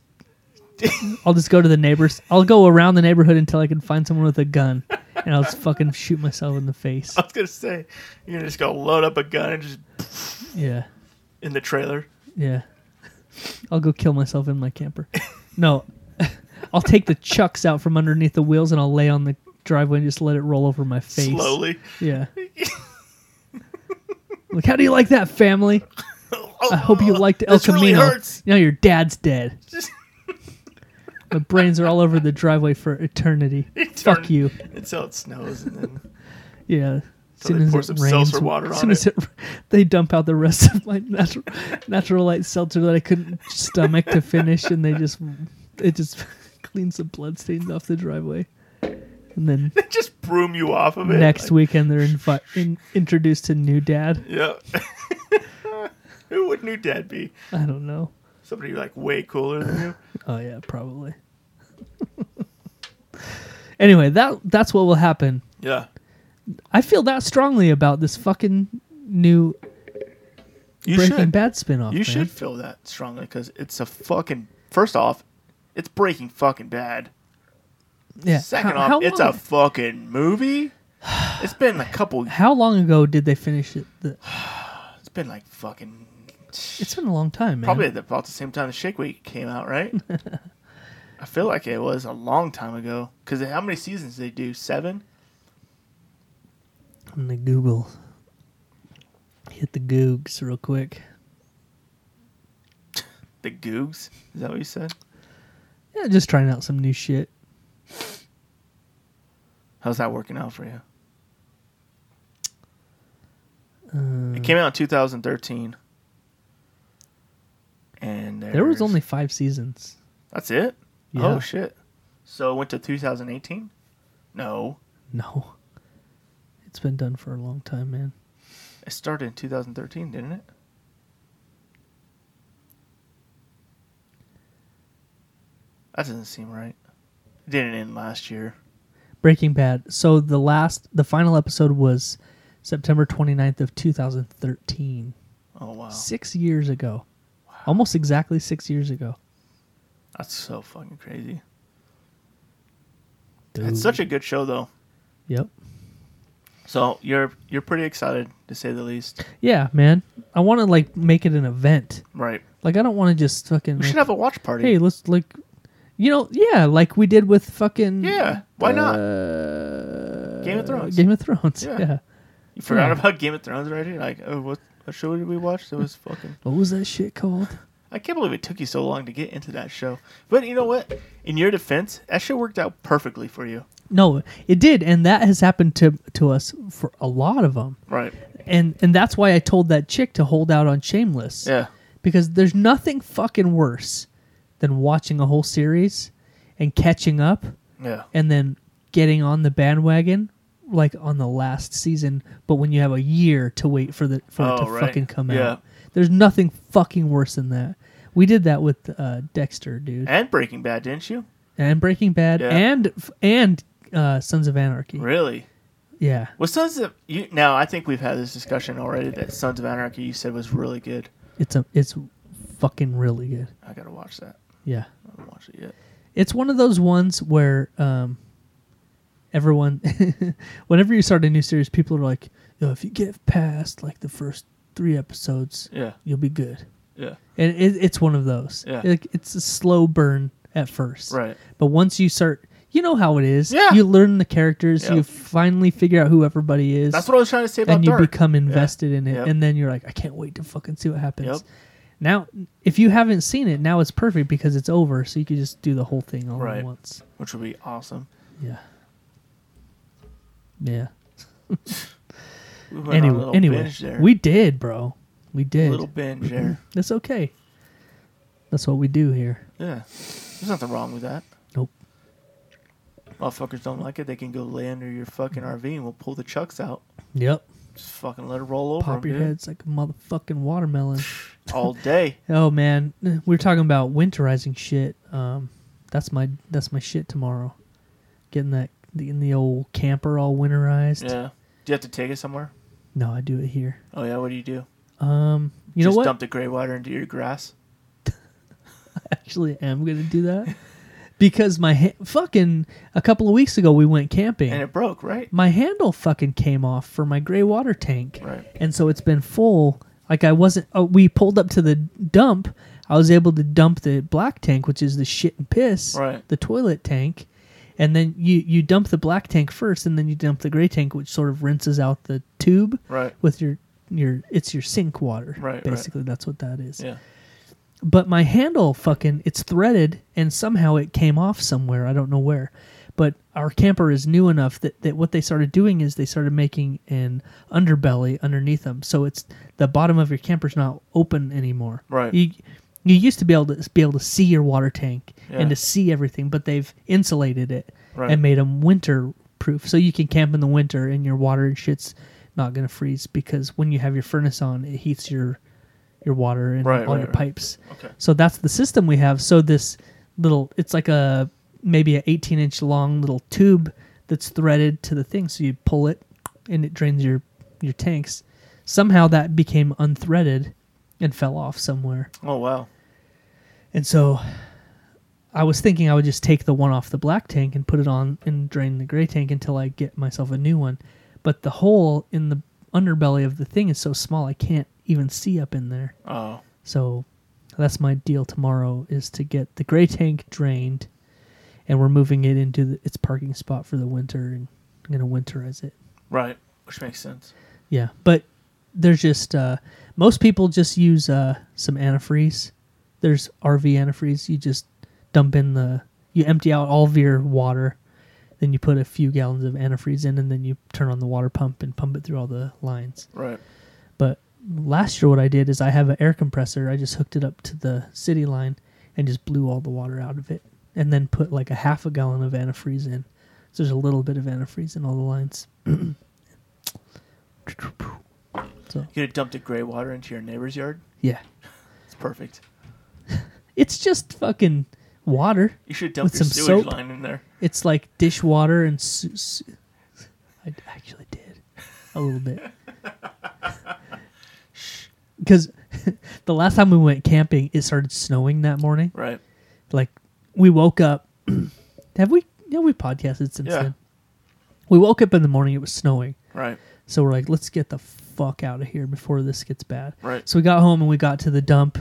I'll just go to the neighbors. I'll go around the neighborhood until I can find someone with a gun, and I'll just fucking shoot myself in the face.
I was gonna say you're gonna just go load up a gun and just
Yeah,
in the trailer.
yeah. I'll go kill myself in my camper. No, [laughs] I'll take the chucks out from underneath the wheels and I'll lay on the driveway and just let it roll over my face.
Slowly. [laughs]
Yeah. like, how do you like that, family? I hope you
[laughs]
liked El
This really
Camino.
hurts.
Now your
[laughs]
dad's dead. My brains are all over the driveway for eternity. Fuck
Turn-
you.
Until it snows, and then [laughs]
Yeah. As
So they pour some seltzer water
as
on
soon as it, they dump out the rest of my natural, natural light seltzer that I couldn't stomach to finish, and they just it just [laughs] cleans the bloodstains off the driveway, and
[laughs]
then
they just broom you off of it.
next weekend they're invi- in, introduced to new dad.
Yeah. [laughs] Who would new dad be?
I don't know.
Somebody like way cooler than you.
Oh yeah, probably. anyway, that that's what will happen.
Yeah.
I feel that strongly about this fucking new
You
Breaking
should.
Bad spinoff.
you
man.
should feel that strongly because it's a fucking. First off, it's breaking fucking bad.
Yeah.
Second
How-
off,
how
it's
long-
a fucking
[sighs]
movie. It's been a couple.
How long ago did they finish it? The,
It's been like fucking.
it's been a long time, man.
Probably at about the same time the Shake Weight came out,
[laughs]
right? I feel like it was a long time ago. Because how many seasons did they do? Seven?
I'm gonna Google. Hit the Googs real quick.
The Googs? Is that what you said?
Yeah, just trying out some new shit.
How's that working out for you?
Uh,
it came out in 2013. there's
There was only five seasons.
that's it.
Yeah.
Oh shit! So it went to 2018. No,
No. It's been done for a long time, man.
it started in 2013, didn't it? That doesn't seem right. It didn't end last year.
Breaking Bad. So the last, the final episode was September 29th of 2013.
Oh wow,
Six years ago. Almost exactly six years ago.
that's so fucking crazy.
Dude.
It's such a good show though.
Yep.
So you're you're pretty excited to say the least,
Yeah, man. I want to like make it an event.
right?
Like I don't want to just fucking.
We
like,
should have a watch party.
hey, let's like, you know, yeah, like we did with fucking
yeah, why
uh,
not? Game of Thrones.
Game of Thrones.
Yeah.
Yeah.
you forgot
yeah.
about Game of Thrones already? Like, oh, what, what show did we watch? It was fucking.
What was that shit called?
I can't believe it took you so long to get into that show. But you know what? In your defense, that shit worked out perfectly for you.
No, it did, and that has happened to to us for a lot of them,
Right.
and and that's why I told that chick to hold out on Shameless.
Yeah.
Because there's nothing fucking worse than watching a whole series and catching up
Yeah.
and then getting on the bandwagon like on the last season, but when you have a year to wait for the for it
Oh,
to
right.
fucking come
Yeah.
out. There's nothing fucking worse than that. We did that with uh, Dexter, dude,
And Breaking Bad, didn't you?
and Breaking Bad,
Yeah.
and and uh, Sons of Anarchy.
Really?
Yeah,
Was Sons of you? Now I think we've had this discussion already. That Sons of Anarchy you said was really good.
it's a it's fucking really good.
I gotta watch that.
Yeah,
I haven't watched it yet.
it's one of those ones where um, everyone, [laughs] whenever you start a new series, people are like, "Yo, if you get past like the first three episodes,
Yeah.
you'll be good."
Yeah.
And it, it's one of those.
Yeah.
Like, it's a slow burn at first.
Right.
But once you start, you know how it is.
Yeah.
You learn the characters.
Yeah.
You finally figure out who everybody is.
That's what I was trying to say about
and you
Dark.
become invested in it.
Yep.
And then you're like, I can't wait to fucking see what happens.
Yep.
Now, if you haven't seen it, now it's perfect because it's over. So you can just do the whole thing all
Right.
at once.
which would be awesome.
Yeah. Yeah.
We went on a
Anyway,
little
anyway,
binge there.
we did, bro. We did.
little binge there. [clears throat]
That's okay. That's what we do here.
Yeah, there's nothing wrong with that.
Nope.
Motherfuckers don't like it. They can go lay under your fucking RV and we'll pull the chucks out.
Yep.
Just fucking let it roll over.
pop your
'em, dude.
heads like a motherfucking watermelon.
all day.
[laughs] oh man, we were talking about winterizing shit. Um, that's my that's my shit tomorrow. Getting that getting the old camper all winterized.
Yeah. Do you have to take it somewhere?
No, I do it here.
Oh yeah. What do you do?
Um, you
Just
know what?
dump the gray water into your grass.
[laughs] Actually, I am gonna do that [laughs] because my ha- fucking a couple of weeks ago we went camping.
And it broke, right?
my handle fucking came off for my gray water tank.
Right.
And so it's been full. Like I wasn't. Oh, we pulled up to the dump. I was able to dump the black tank, which is the shit and piss,
Right.
the toilet tank, and then you you dump the black tank first, and then you dump the gray tank, which sort of rinses out the tube
Right.
with your your it's your sink water.
Right, right.
Basically, that's what that is.
Yeah.
But my handle fucking it's threaded and somehow it came off somewhere. I don't know where. But our camper is new enough that, that what they started doing is they started making an underbelly underneath them. So it's the bottom of your camper's not open anymore.
Right.
You you used to be able to be able to see your water tank
Yeah.
and to see everything, but they've insulated it
Right.
and made them winter proof. So you can camp in the winter and your water and shit's not gonna freeze because when you have your furnace on, it heats your your water and
Right,
all
right,
your
right.
pipes.
Okay.
So that's the system we have. So this little, it's like a maybe an 18 inch long little tube that's threaded to the thing. So you pull it, and it drains your your tanks. Somehow that became unthreaded and fell off somewhere.
Oh wow.
And so I was thinking I would just take the one off the black tank and put it on and drain the gray tank until I get myself a new one. But the hole in the underbelly of the thing is so small I can't even see up in there.
Oh.
So that's my deal tomorrow is to get the gray tank drained and we're moving it into the, its parking spot for the winter and I'm going to winterize it.
Right. Which makes sense.
Yeah, but there's just uh, most people just use uh, some antifreeze. There's RV antifreeze. You just dump in the you empty out all of your water, then you put a few gallons of antifreeze in, and then you turn on the water pump and pump it through all the lines.
Right.
But last year what I did is I have an air compressor. I just hooked it up to the city line and just blew all the water out of it, and then put like a half a gallon of antifreeze in. So there's a little bit of antifreeze in all the lines. [clears throat]
You could have dumped a gray water into your neighbor's yard.
Yeah,
It's perfect.
it's just fucking water.
You should dump
With
your
some
sewage
soap?
line in there.
It's like dishwater and. Su- su- I actually did a little bit. [laughs] Because [laughs] the last time we went camping, it started snowing that morning.
Right.
Like we woke up. [clears throat] have we? Yeah, we podcasted since
Yeah.
then. We woke up in the morning. It was snowing,
Right.
so we're like, let's get the fuck out of here before this gets bad.
Right.
So we got home and we got to the dump.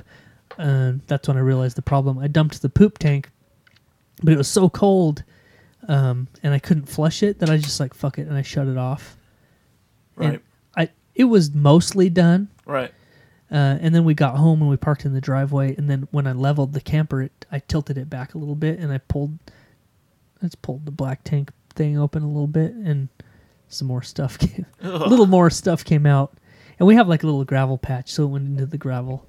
And that's when I realized the problem. I dumped the poop tank, but it was so cold um, and I couldn't flush it that I just like, fuck it. And I shut it off.
Right.
And I, it was mostly done.
right.
Uh, and then we got home and we parked in the driveway. And then when I leveled the camper, it, I tilted it back a little bit and I pulled, I just pulled the black tank thing open a little bit and some more stuff [laughs] came, a little more stuff came out. And we have like a little gravel patch, so it went into the gravel.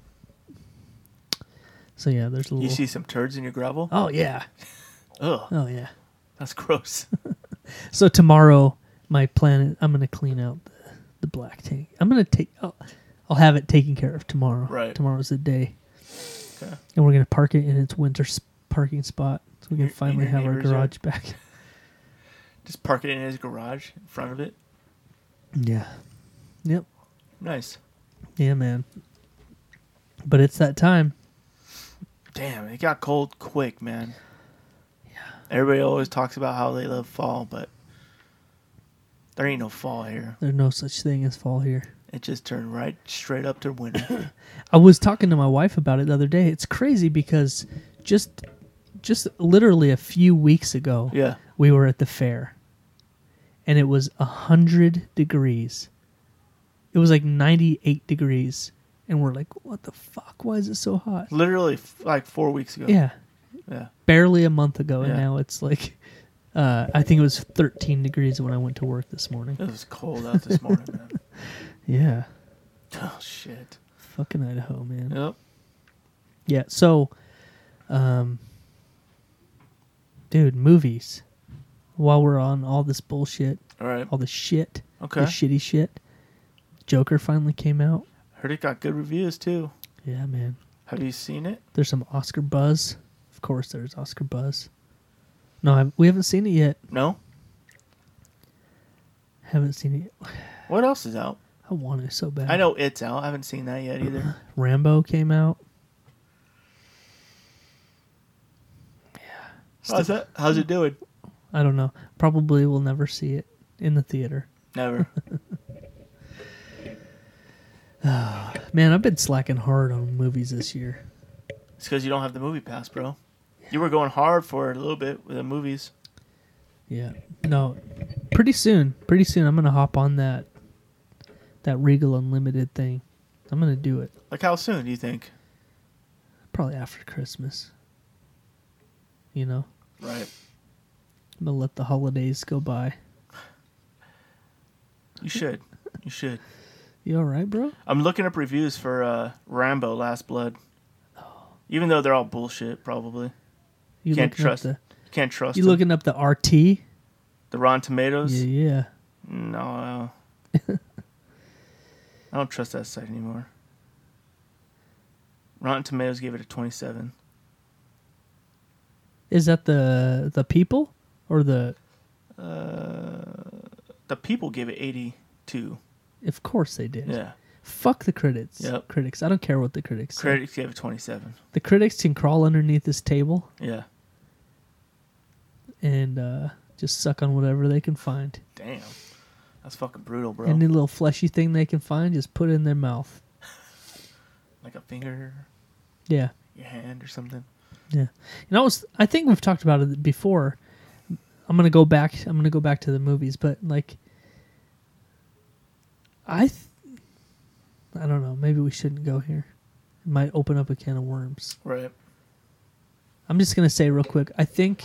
So yeah, there's a
You
little.
see some turds in your gravel?
oh yeah,
Ugh.
oh yeah.
That's gross. [laughs]
So tomorrow, my plan is I'm gonna clean out the, the black tank. I'm gonna take. I'll, I'll have it taken care of tomorrow.
Right.
Tomorrow's the day.
Okay.
And we're gonna park it in its winter s- parking spot, so we
Your-
can
in
finally
your
have our
neighbor's
garage
yard?
back. [laughs]
Just park it in his garage in front of it.
yeah. Yep.
Nice.
Yeah, man. But it's that time.
Damn, it got cold quick, man. Yeah. Everybody always talks about how they love fall, but there ain't no fall here.
There's no such thing as fall here.
It just turned right straight up to
[coughs]
winter.
I was talking to my wife about it the other day. It's crazy because just just literally a few weeks ago,
yeah.
we were at the fair, and it was a hundred degrees. It was like ninety eight degrees, and we're like, "What the fuck? Why is it so hot?"
Literally f- like four weeks ago.
Yeah,
Yeah.
barely a month ago, and
Yeah.
now it's like, uh, I think it was thirteen degrees when I went to work this morning.
It was cold out this morning, man. [laughs]
Yeah,
Oh, shit.
fucking Idaho, man.
Yep.
Yeah. So, um, dude, movies. While we're on all this bullshit,
All right.
all the shit,
Okay.
the shitty shit, Joker finally came out.
Heard it got good reviews, too.
Yeah, man.
Have you seen it?
There's some Oscar buzz. Of course, there's Oscar buzz. No, I, we haven't seen it yet.
No?
Haven't seen it. Yet.
What else is out?
I want it so bad.
I know it's out. I haven't seen that yet either.
Rambo came out.
How's that? How's it doing?
I don't know. Probably will never see it in the theater.
Never.
Man, I've been slacking hard on movies this year.
It's because you don't have the movie pass, bro. You were going hard for it a little bit with the movies.
Yeah. No. Pretty soon. Pretty soon I'm gonna hop on that that Regal Unlimited thing. I'm gonna do it.
Like how soon do you think?
Probably after Christmas. You know?
Right.
I'm gonna let the holidays go by.
You should. You should.
You alright, bro?
I'm looking up reviews for uh, Rambo: Last Blood. Even though they're all bullshit, probably
You
Can't
looking
trust
up
can't trust.
the You
them.
looking up the RT? Yeah,
the Rotten Tomatoes?
yeah.
No, uh, I don't trust that site anymore. Rotten Tomatoes gave it a 27.
Is that the the people or the?
Uh, The people gave it 82.
Of course they did.
Yeah,
Fuck the critics.
Yep.
Critics. I don't care what the critics. say.
critics gave it 27.
The critics can crawl underneath this table
Yeah,
and uh, just suck on whatever they can find.
damn, that's fucking brutal, bro.
Any little fleshy thing they can find, just put it in their mouth.
like a finger,
Yeah.
your hand, or something.
Yeah. And I was I think we've talked about it before. I'm gonna go back I'm gonna go back to the movies, but like I th- I don't know, maybe we shouldn't go here. It might open up a can of worms.
Right.
I'm just gonna say real quick, I think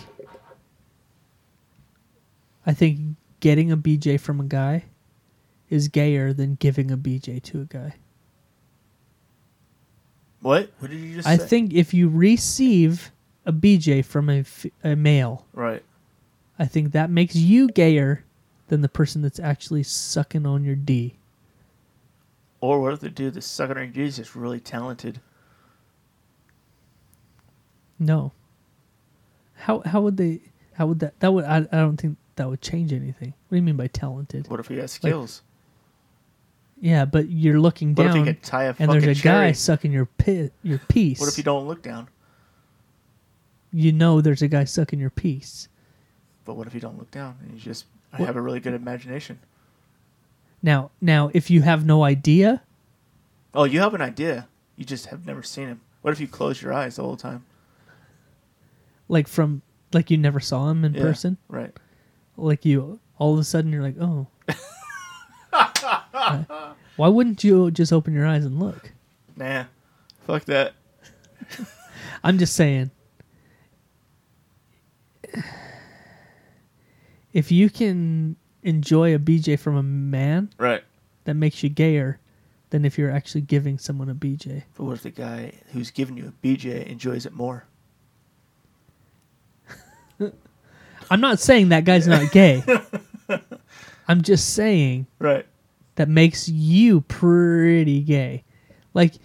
I think getting a BJ from a guy is gayer than giving a BJ to a guy.
What? What did you just
I
say?
think if you receive a BJ from a, f- a male,
Right.
I think that makes you gayer than the person that's actually sucking on your D.
Or what if the dude that's sucking on you is just really talented?
No. How how would they? How would that? That would I, I don't think that would change anything. What do you mean by talented?
What if he has skills?
Yeah, but you're looking
what if he
down,
could tie a
and
fucking
there's a
cherry?
guy sucking your pi- your piece.
What if you don't look down?
you know there's a guy sucking your piece.
But what if you don't look down and you just I
What-
have a really good imagination?
Now now if you have no idea,
Oh, you have an idea. You just have never seen him. What if you close your eyes the whole time?
like from like you never saw him in
Yeah,
person,
Right.
like you all of a sudden you're like oh. Uh, Why wouldn't you just open your eyes and look?
Nah. Fuck that.
I'm just saying. If you can enjoy a BJ from a man,
Right.
that makes you gayer than if you're actually giving someone a BJ.
But what if the guy who's giving you a BJ enjoys it more?
I'm not saying that guy's not gay. I'm just saying
Right.
that makes you pretty gay. Like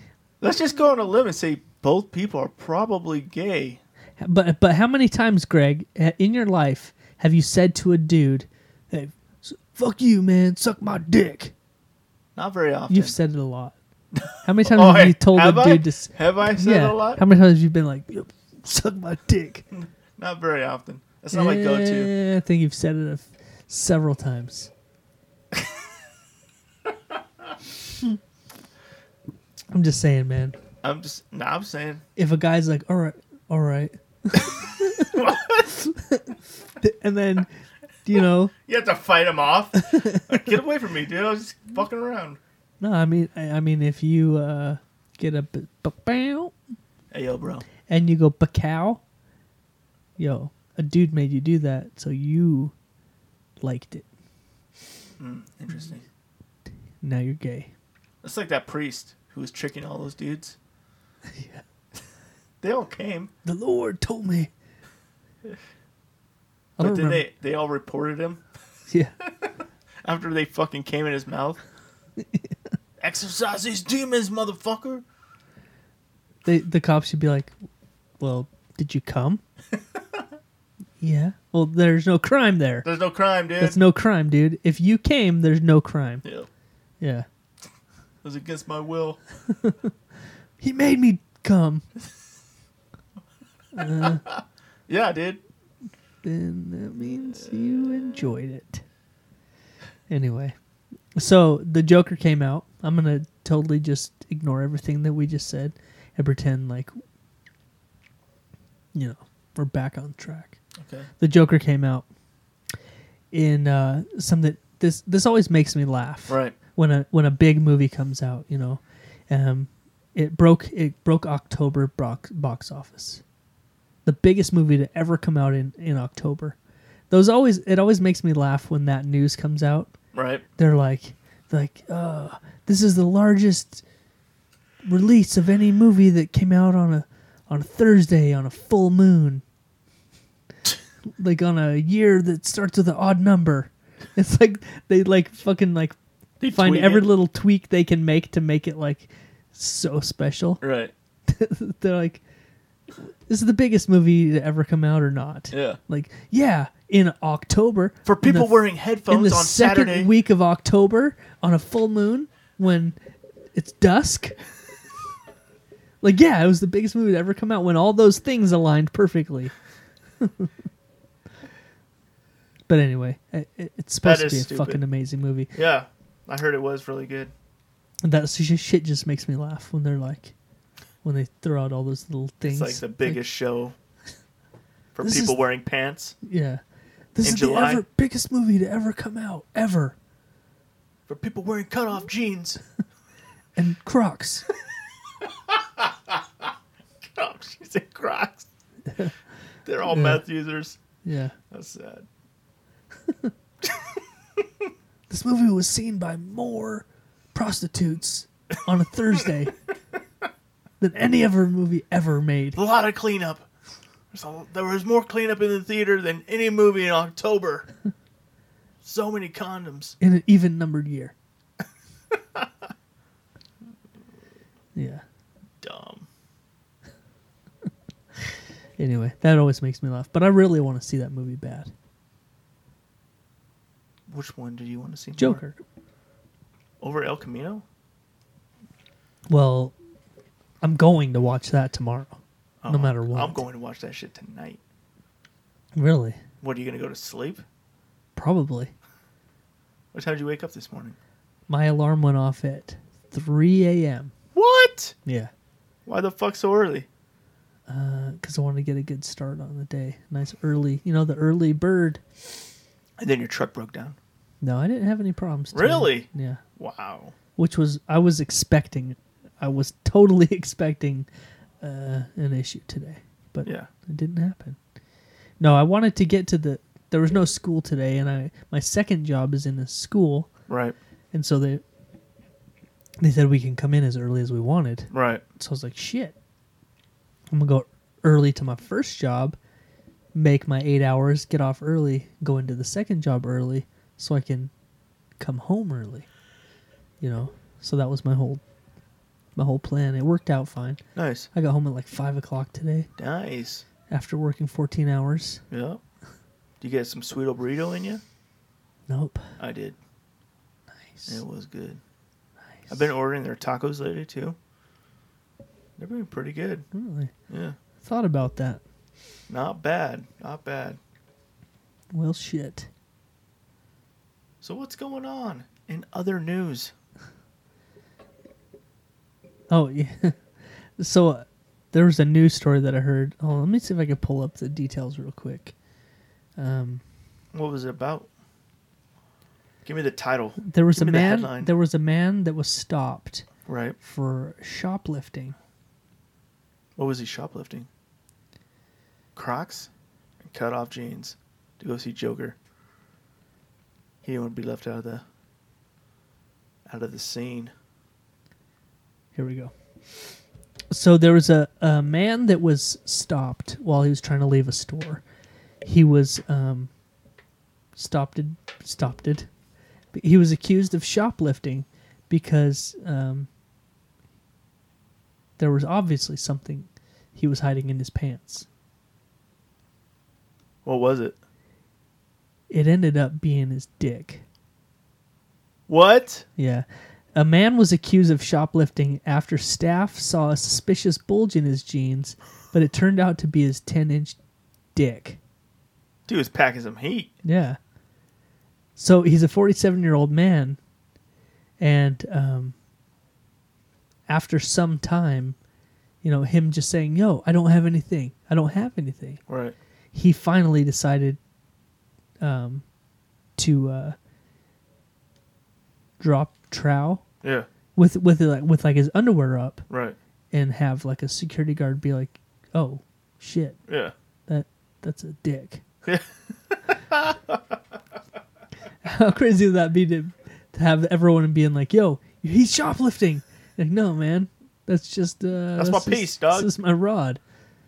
Let's just go on a limb and say both people are probably gay.
but but how many times Greg eh, in your life have you said to a dude, "Hey, s- fuck you, man, suck my dick."
Not very often.
You've said it a lot. How
[laughs]
many times
Oh,
have
hey,
you told a
have
dude
I?
to? s-
Have I said
yeah.
a lot?
How many times have you been like, "Yo, "Suck my dick"?
Not very often. That's [laughs] not my go-to.
Eh, I think you've said it a f-
[laughs]
several times. I'm just saying, man.
I'm just. No, I'm saying.
If a guy's like, "All right, all right," [laughs] and then you know,
You have to fight him
[laughs]
off. Like, get away from me, dude. I was just fucking around.
no, I mean, I, I mean, if you uh, get a b- b- bow
Hey, yo, bro.
and you go bacow, yo, a dude made you do that, so you liked it.
Interesting.
Now you're gay.
It's like that priest who was tricking all those
[laughs]
dudes. They all came,
The Lord told me. I
but
don't
then
remember.
they they all reported him
Yeah,
after they fucking came in his
[laughs]
mouth. Exercise these demons, motherfucker.
they, the cops should be like, "Well, did you come?" yeah. Well, there's no crime there.
There's no crime, dude.
That's no crime, dude. If you came, there's no crime.
yeah, it
Yeah.
was against my will.
He made me come.
Yeah, dude.
Then that means you enjoyed it. Anyway, so the Joker came out. I'm gonna totally just ignore everything that we just said and pretend like, you know, we're back on track.
Okay.
the Joker came out in uh, some that this this always makes me laugh.
Right.
When a when a big movie comes out, you know, um, it broke it broke October box box office, the biggest movie to ever come out in in October. Those always it always makes me laugh when that news comes out.
Right.
They're like like uh, this is the largest release of any movie that came out on a on a Thursday on a full moon [laughs] like on a year that starts with an odd number. It's like they like fucking like
They
find
tweak
every
it.
little tweak they can make to make it like so special. [laughs]
Right.
They're like, this is the biggest movie to ever come out or not?
Yeah.
Like, yeah, in October
For
in the
people
f-
wearing
in the
headphones on
second
Saturday.
week of October on a full moon when it's dusk. [laughs] like, yeah, it was the biggest movie to ever come out when all those things aligned perfectly. [laughs] but anyway, it, it- it's
That
supposed to
is
be a
stupid.
fucking amazing movie.
Yeah, I heard it was really good.
And that sh- shit just makes me laugh when they're like, when they throw out all those little things.
It's like the biggest
[laughs]
show for
This
people
is-
wearing pants.
yeah. This
e-, In
is
July.
the ever biggest movie to ever come out ever,
For people wearing cutoff [laughs] jeans.
and
[laughs]
Crocs.
Oh, she's in [laughs] Crocs. They're all meth users.
yeah.
That's sad.
This movie
[laughs]
was seen by more prostitutes on a Thursday than any other movie ever made.
A lot of cleanup. There's a, there was more cleanup in the theater than any movie in
[laughs]
October. so many condoms.
in an even
[laughs]
numbered year. yeah.
Dumb.
Anyway, that always makes me laugh. But I really want to see that movie bad.
Which one did you want to see? more?
Joker.
Over El Camino?
Well, I'm going to watch that tomorrow.
Oh,
no matter what.
I'm going to watch that shit tonight.
Really?
What, are you going to go to sleep?
Probably.
What time did you wake up this morning?
My alarm went off at 3 a.m.
What?
Yeah.
Why the fuck so early?
Because I wanted to get a good start on the day. Nice early. You know, the early bird.
And then your truck broke down.
No, I didn't have any problems. today.
Really?
Yeah.
Wow.
which was I was expecting, I was [laughs] totally expecting uh, an issue today, but
Yeah.
it didn't happen. No, I wanted to get to the. There was no school today, and I my second job is in a school,
Right.
and so they they said we can come in as early as we wanted.
Right.
So I was like, shit, I'm gonna go early to my first job, make my eight hours, get off early, go into the second job early, so I can come home early. You know, so that was my whole my whole plan. It worked out fine.
Nice.
I got home at like five o'clock today
Nice.
after working 14 hours.
Yeah. Do you get some sweet old burrito in you?
Nope.
I did.
Nice.
It was good. I've been ordering their tacos lately too. They've been pretty good.
really
Yeah.
thought about that.
Not bad. Not bad.
Well, shit.
So what's going on in other news?
Oh yeah. [laughs] So uh, there was a news story that I heard. Oh, let me see if I can pull up the details real quick. Um,
What was it about? Give me the title.
there was
Give
a
me the
man.
headline.
there was a man that was stopped
Right.
for shoplifting.
What was he shoplifting? Crocs and cut off jeans to go see Joker. He didn't want to be left out of the out of the scene.
Here we go. So there was a, a man that was stopped while he was trying to leave a store. He was um, stopped. Stopped. He was accused of shoplifting because um, there was obviously something he was hiding in his pants.
What was it?
It ended up being his dick.
What?
Yeah. A man was accused of shoplifting after staff saw a suspicious bulge in his jeans, but it turned out to be his 10 inch dick.
Dude was packing some heat.
Yeah. So he's a 47 year old man, and um, after some time, you know, him just saying, Yo, I don't have anything. I don't have anything.
Right.
He finally decided um, to uh, drop trow
Yeah.
with with like with like his underwear up
Right.
and have like a security guard be like, "Oh shit,
Yeah.
that that's a
[laughs]
dick." How crazy would that be to to have everyone being like, "Yo, he's shoplifting." Like, no, man, that's just uh,
That's my
just-
piece, dog."
This is my rod.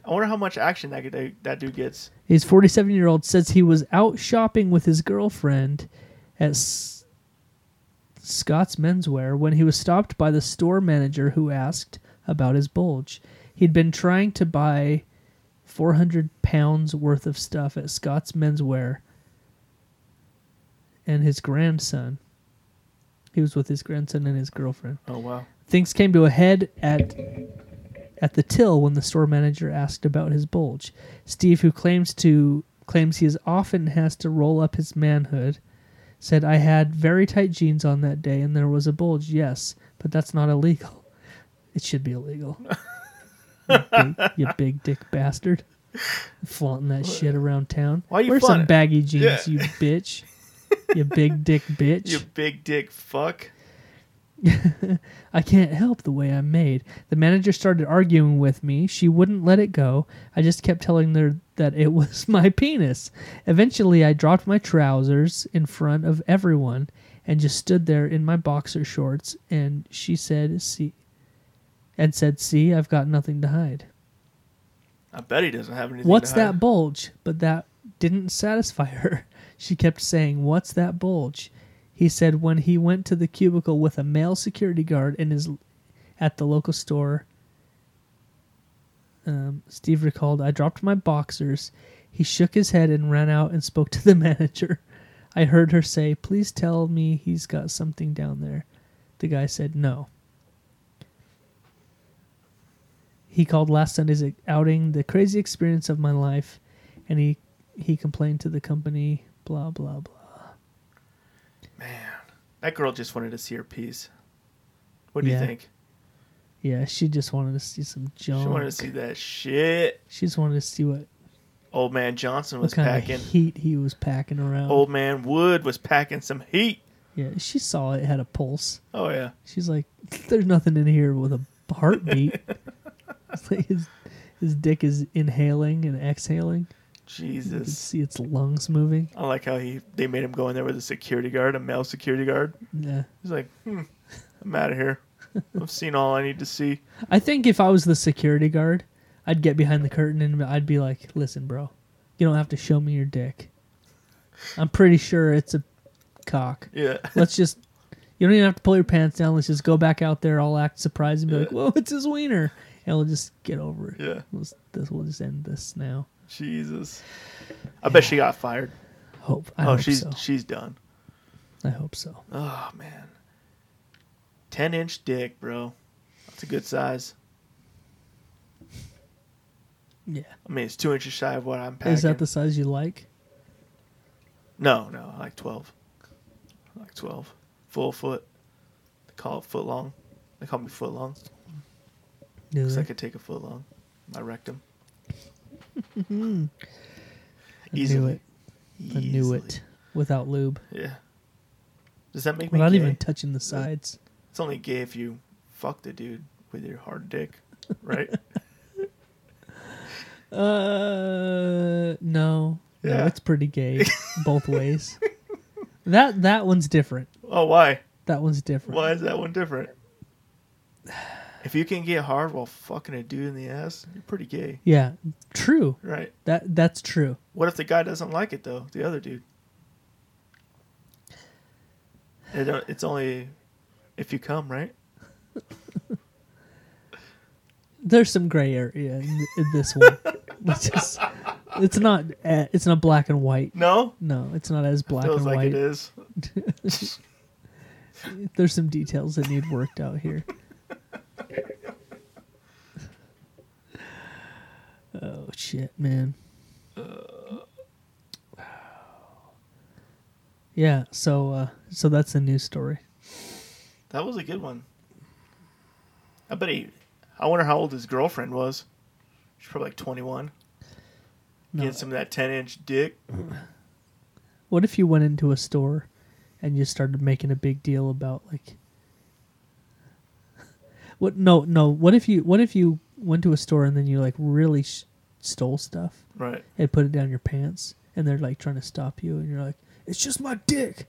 I wonder how much action that guy- that dude gets.
His 47 year old says he was out shopping with his girlfriend at S- Scott's Menswear when he was stopped by the store manager who asked about his bulge. He'd been trying to buy 400 pounds worth of stuff at Scott's Menswear and his grandson. He was with his grandson and his girlfriend.
Oh wow.
Things came to a head at at the till when the store manager asked about his bulge. Steve, who claims to claims he is often has to roll up his manhood, said, "I had very tight jeans on that day, and there was a bulge. Yes, but that's not illegal. It should
[laughs]
be illegal. you, big, you big dick bastard, flaunting that shit around town.
Why you
Wear some
flaunting it?
baggy jeans,
Yeah.
you bitch. You big dick
[laughs]
bitch.
You big dick fuck.
I can't help the way I'm made. The manager started arguing with me. She wouldn't let it go. I just kept telling her that it [laughs] was my penis. Eventually, I dropped my trousers in front of everyone and just stood there in my boxer shorts. And she said, "See, and said, "See, I've got nothing to hide."
I bet he doesn't have anything.
What's
to
that
hide.
bulge? But that didn't satisfy [laughs] her. She kept saying, What's that bulge? He said when he went to the cubicle with a male security guard in his at the local store. Um, Steve recalled, I dropped my boxers. He shook his head and ran out and spoke [laughs] to the manager. I heard her say, Please tell me he's got something down there. The guy said, No. He called last Sunday's outing the crazy experience of my life, and he he complained to the company. Blah blah blah.
Man, that girl just wanted to see her piece. What do
Yeah.
you think?
Yeah, she just wanted to see some junk.
She wanted to see that shit.
She just wanted to see what,
Old man Johnson
what
was
kind
packing.
of heat he was packing around.
Old man Wood was packing some heat.
Yeah, she saw it had a pulse.
Oh yeah.
She's like, "There's nothing in here with a
[laughs]
heartbeat." it's like his his dick is inhaling and exhaling. You can
Jesus.
see its lungs moving.
I like how he they made him go in there with a security guard, a male security guard.
Yeah.
He's like, hmm, I'm out of
[laughs]
here. I've seen all I need to see.
I think if I was the security guard, I'd get behind the curtain and I'd be like, "Listen, bro, you don't have to show me your dick. I'm pretty sure it's a cock.
Yeah.
Let's just." You don't even have to pull your pants down. Let's just go back out there, all act surprised, and be like, "Whoa, it's his wiener," and we'll just get over it.
Yeah.
Let's, this, we'll just end this now.
Jesus. I bet she got fired.
Hope. I
oh,
hope
she's
so.
she's done.
I hope so.
Oh man. Ten inch dick, bro. That's a good size.
Yeah.
I mean, it's two inches shy of what I'm packing.
Is that the size you like?
No, no, I like twelve. I like twelve, full foot. They call it foot long. They call me foot long
Do
because
they?
I could take a foot long. My rectum.
[laughs]
Easily.
I knew
Easily.
it. Without lube.
Yeah. Does that make me
Without
gay?
even touching the sides.
It's only gay if you fuck the dude with your hard dick, right? [laughs]
Uh, no. No,
Yeah.
it's pretty
[laughs]
gay both ways. That that one's different.
oh, why?
That one's different.
Why is that one different? If you can get hard while fucking a dude in the ass, you're pretty gay,
Yeah, true.
right?
That that's true.
What if the guy doesn't like it though? The other dude. It don't- it's only if you come, right?
There's some gray area in, in this one. Let's just, it's not eh, it's not black and white.
No,
No, it's not as black
feels
and
like
white.
it is.
There's some details that need worked out here. oh shit, man. Yeah, so uh, so that's the news story.
That was a good one. I bet he. I wonder how old his girlfriend was. She's probably like twenty-one.
No.
Getting some of that ten-inch dick.
What if you went into a store and you started making a big deal about like what? No, no. What if you what if you went to a store and then you like really sh- stole stuff?
Right.
and put it down your pants and they're like trying to stop you and you're like it's just my dick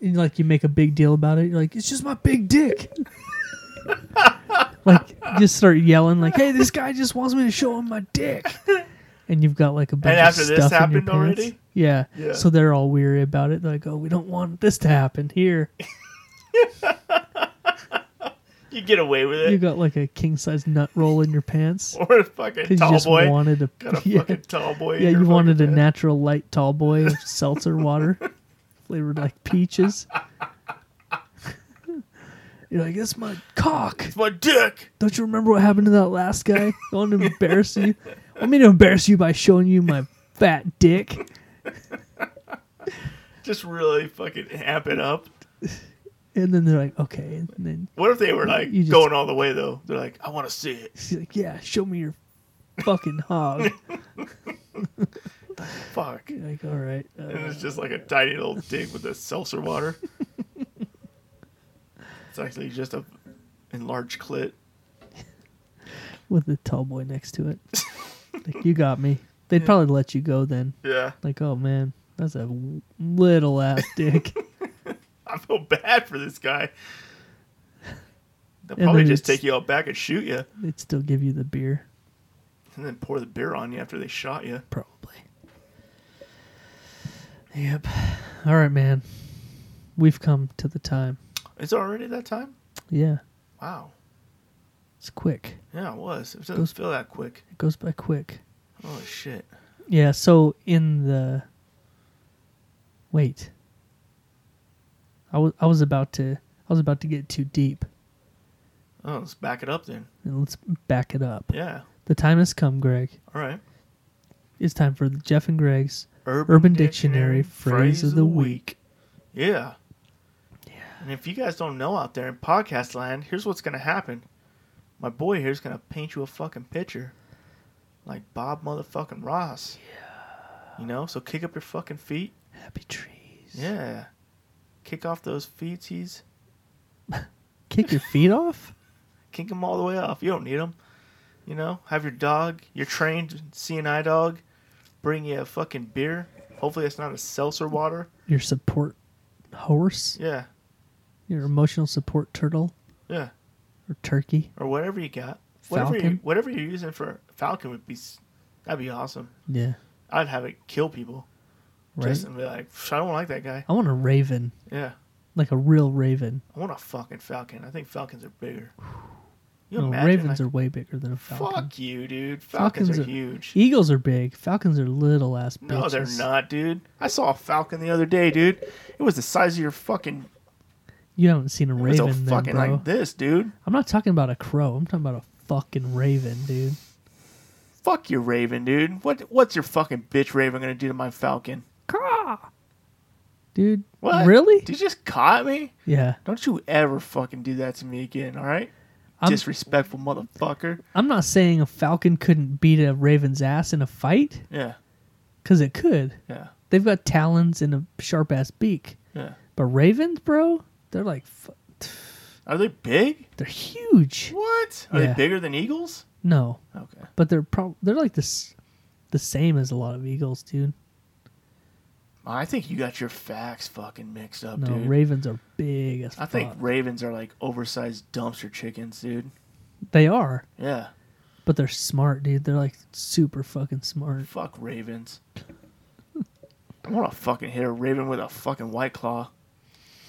and like you make a big deal about it you're like it's just my big dick [laughs] like just start yelling like hey this guy just wants me to show him my dick and you've got like a bunch
And after
of
this
stuff in your
happened
pants.
already?
yeah.
Yeah.
so they're all weary about it they're like oh we don't want this to happen
[laughs]
here
You get away with
you
it.
got like a king size nut roll in your pants
[laughs] Or a fucking
'cause you
tall
just
boy.
wanted a,
Got a
[laughs] yeah.
fucking tall boy. in
Yeah,
your
you wanted a
fucking bed.
natural light tall boy of seltzer water [laughs] flavored like peaches. [laughs] You're like, that's my cock.
It's my dick.
Don't you remember what happened to that last guy? I want to embarrass you. I want me to embarrass you by showing you my fat dick.
Just really fucking amp it up.
And then they're like, okay. And then
What if they were like
You just-
going all the way though? They're like, I want to see it.
she's like, yeah, show me your fucking hog. [laughs]
Fuck.
You're like, all right.
And
Uh,
it's just like a tiny little dick with a seltzer
[laughs]
water. it's actually just a enlarged clit.
with the tall boy next to it. Like, you got me. They'd probably let you go then.
Yeah.
Like, oh man, that's a w-
[laughs]
little ass dick.
I feel bad for this guy. They'll
And
probably
then
just
it's-
take you out back and shoot you,
They'd still give you the beer,
and then pour the beer on you after they shot you.
probably. Yep. All right, man. We've come to the time.
Is it already that time?
Yeah,
Wow.
it's quick.
Yeah, it was. It doesn't
Goes-
feel that quick.
It goes by quick.
Holy shit.
Yeah, so in the wait. I was I was about to I was about to get too deep.
Oh, let's back it up then.
And let's back it up.
Yeah.
The time has come, Greg.
All right.
It's time for the Jeff and Greg's Urban Dictionary, phrase of the week.
Yeah. Yeah. And if you guys don't know out there in podcast land, here's what's gonna happen. My boy here's gonna paint you a fucking picture, like Bob motherfucking Ross. Yeah. You know, so kick up your fucking feet.
Happy trees.
Yeah. Kick off those feeties.
Kick your feet off?
Kick them all the way off. You don't need them. You know, have your dog, your trained CNI dog, bring you a fucking beer. Hopefully, it's not a seltzer water.
Your support horse?
Yeah,
Your emotional support turtle
yeah.
or turkey?
or whatever you got. Whatever you,
Falcon?
whatever you're using for Falcon would be s- that'd be awesome.
Yeah.
I'd have it kill people.
Right.
Just and be like, "Psh, I don't like that guy.
I want a raven.
Yeah,
Like a real raven.
I want a fucking Falcon. I think Falcons are bigger. You
No,
imagine?
Oh, ravens
like,
are way bigger than a falcon.
Fuck you, dude. Falcons,
Falcons
are,
are-
huge.
Eagles are big. Falcons are little ass bitches.
No, they're not, dude. I saw a Falcon the other day, dude. It was the size of your fucking.
You haven't seen a
It was
raven,
a
then,
fucking
bro.
like this, dude.
I'm not talking about a crow. I'm talking about a fucking raven, dude.
Fuck your Raven, dude. What what's your fucking bitch Raven gonna do to my Falcon?
Dude,
What?
really?
Did you just caught me?
Yeah,
Don't you ever fucking do that to me again, all right?
I'm-
Disrespectful motherfucker.
I'm not saying a falcon couldn't beat a raven's ass in a fight,
Yeah,
because it could.
yeah,
They've got talons and a sharp ass beak,
yeah.
but ravens, bro, they're like, f-
Are they big?
they're huge.
What? Are
Yeah.
they bigger than eagles?
No,
Okay.
but they're pro- they're like this, the same as a lot of eagles, dude.
I think you got your facts fucking mixed up,
No,
dude.
ravens are big as
I
fuck.
think ravens are like oversized dumpster chickens, dude.
they are,
Yeah.
but they're smart, dude. They're like super fucking smart.
Fuck ravens. I want to fucking hit a raven with a fucking white claw.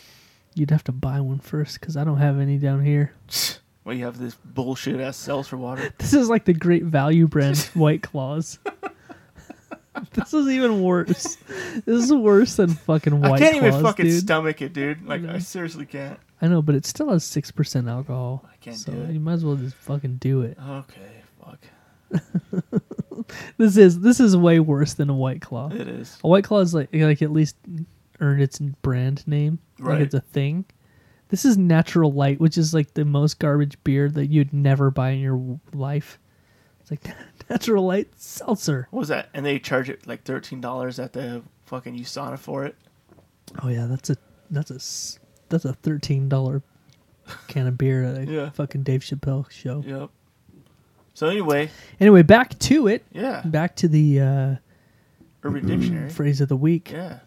[sniffs]
You'd have to buy one first because I don't have any down here. [laughs]
Well, you have this bullshit ass seltzer water.
This is like the great
[laughs]
value brand White Claws. [laughs] this is even worse. This is worse than fucking White
I can't
Claws,
even fucking
dude. Mm-hmm.
stomach it, dude. Like, I seriously can't.
I know, but it still has six percent alcohol. I
can't
so
do it.
You might as well just fucking do it.
Okay, fuck.
This is this is way worse than a White Claw.
It is.
A White Claw is like like at least earned its brand name.
Right.
Like it's a thing. This is Natural Light, which is like the most garbage beer that you'd never buy in your w- life. It's like [laughs] Natural Light seltzer.
What was that? And they charge it like thirteen dollars at the fucking USANA for it.
Oh yeah, that's a that's a s- that's a thirteen dollar can of beer at a
Yeah.
fucking Dave Chappelle show.
Yep. So anyway,
Anyway, back to it.
yeah,
Back to the uh,
Urban
Mm-hmm.
Dictionary.
phrase of the week.
Yeah,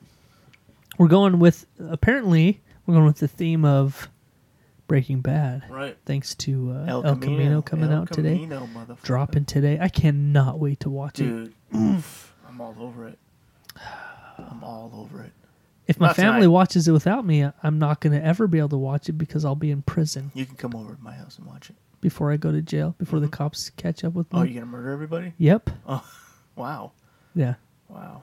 We're going with apparently we're going with the theme of Breaking Bad.
right.
Thanks to uh, El, Camino, coming
El
out today,
Camino, motherfucker.
dropping today. I cannot wait to watch it.
dude. oof, I'm all over it. I'm all over it.
If my
not
family
tonight.
watches it without me, I'm not going to ever be able to watch it because I'll be in prison
You can come over to my house and watch it.
before I go to jail. Before the cops catch up with me.
Mm-hmm. Oh, you gonna murder everybody?
Yep.
Wow,
Yeah.
wow.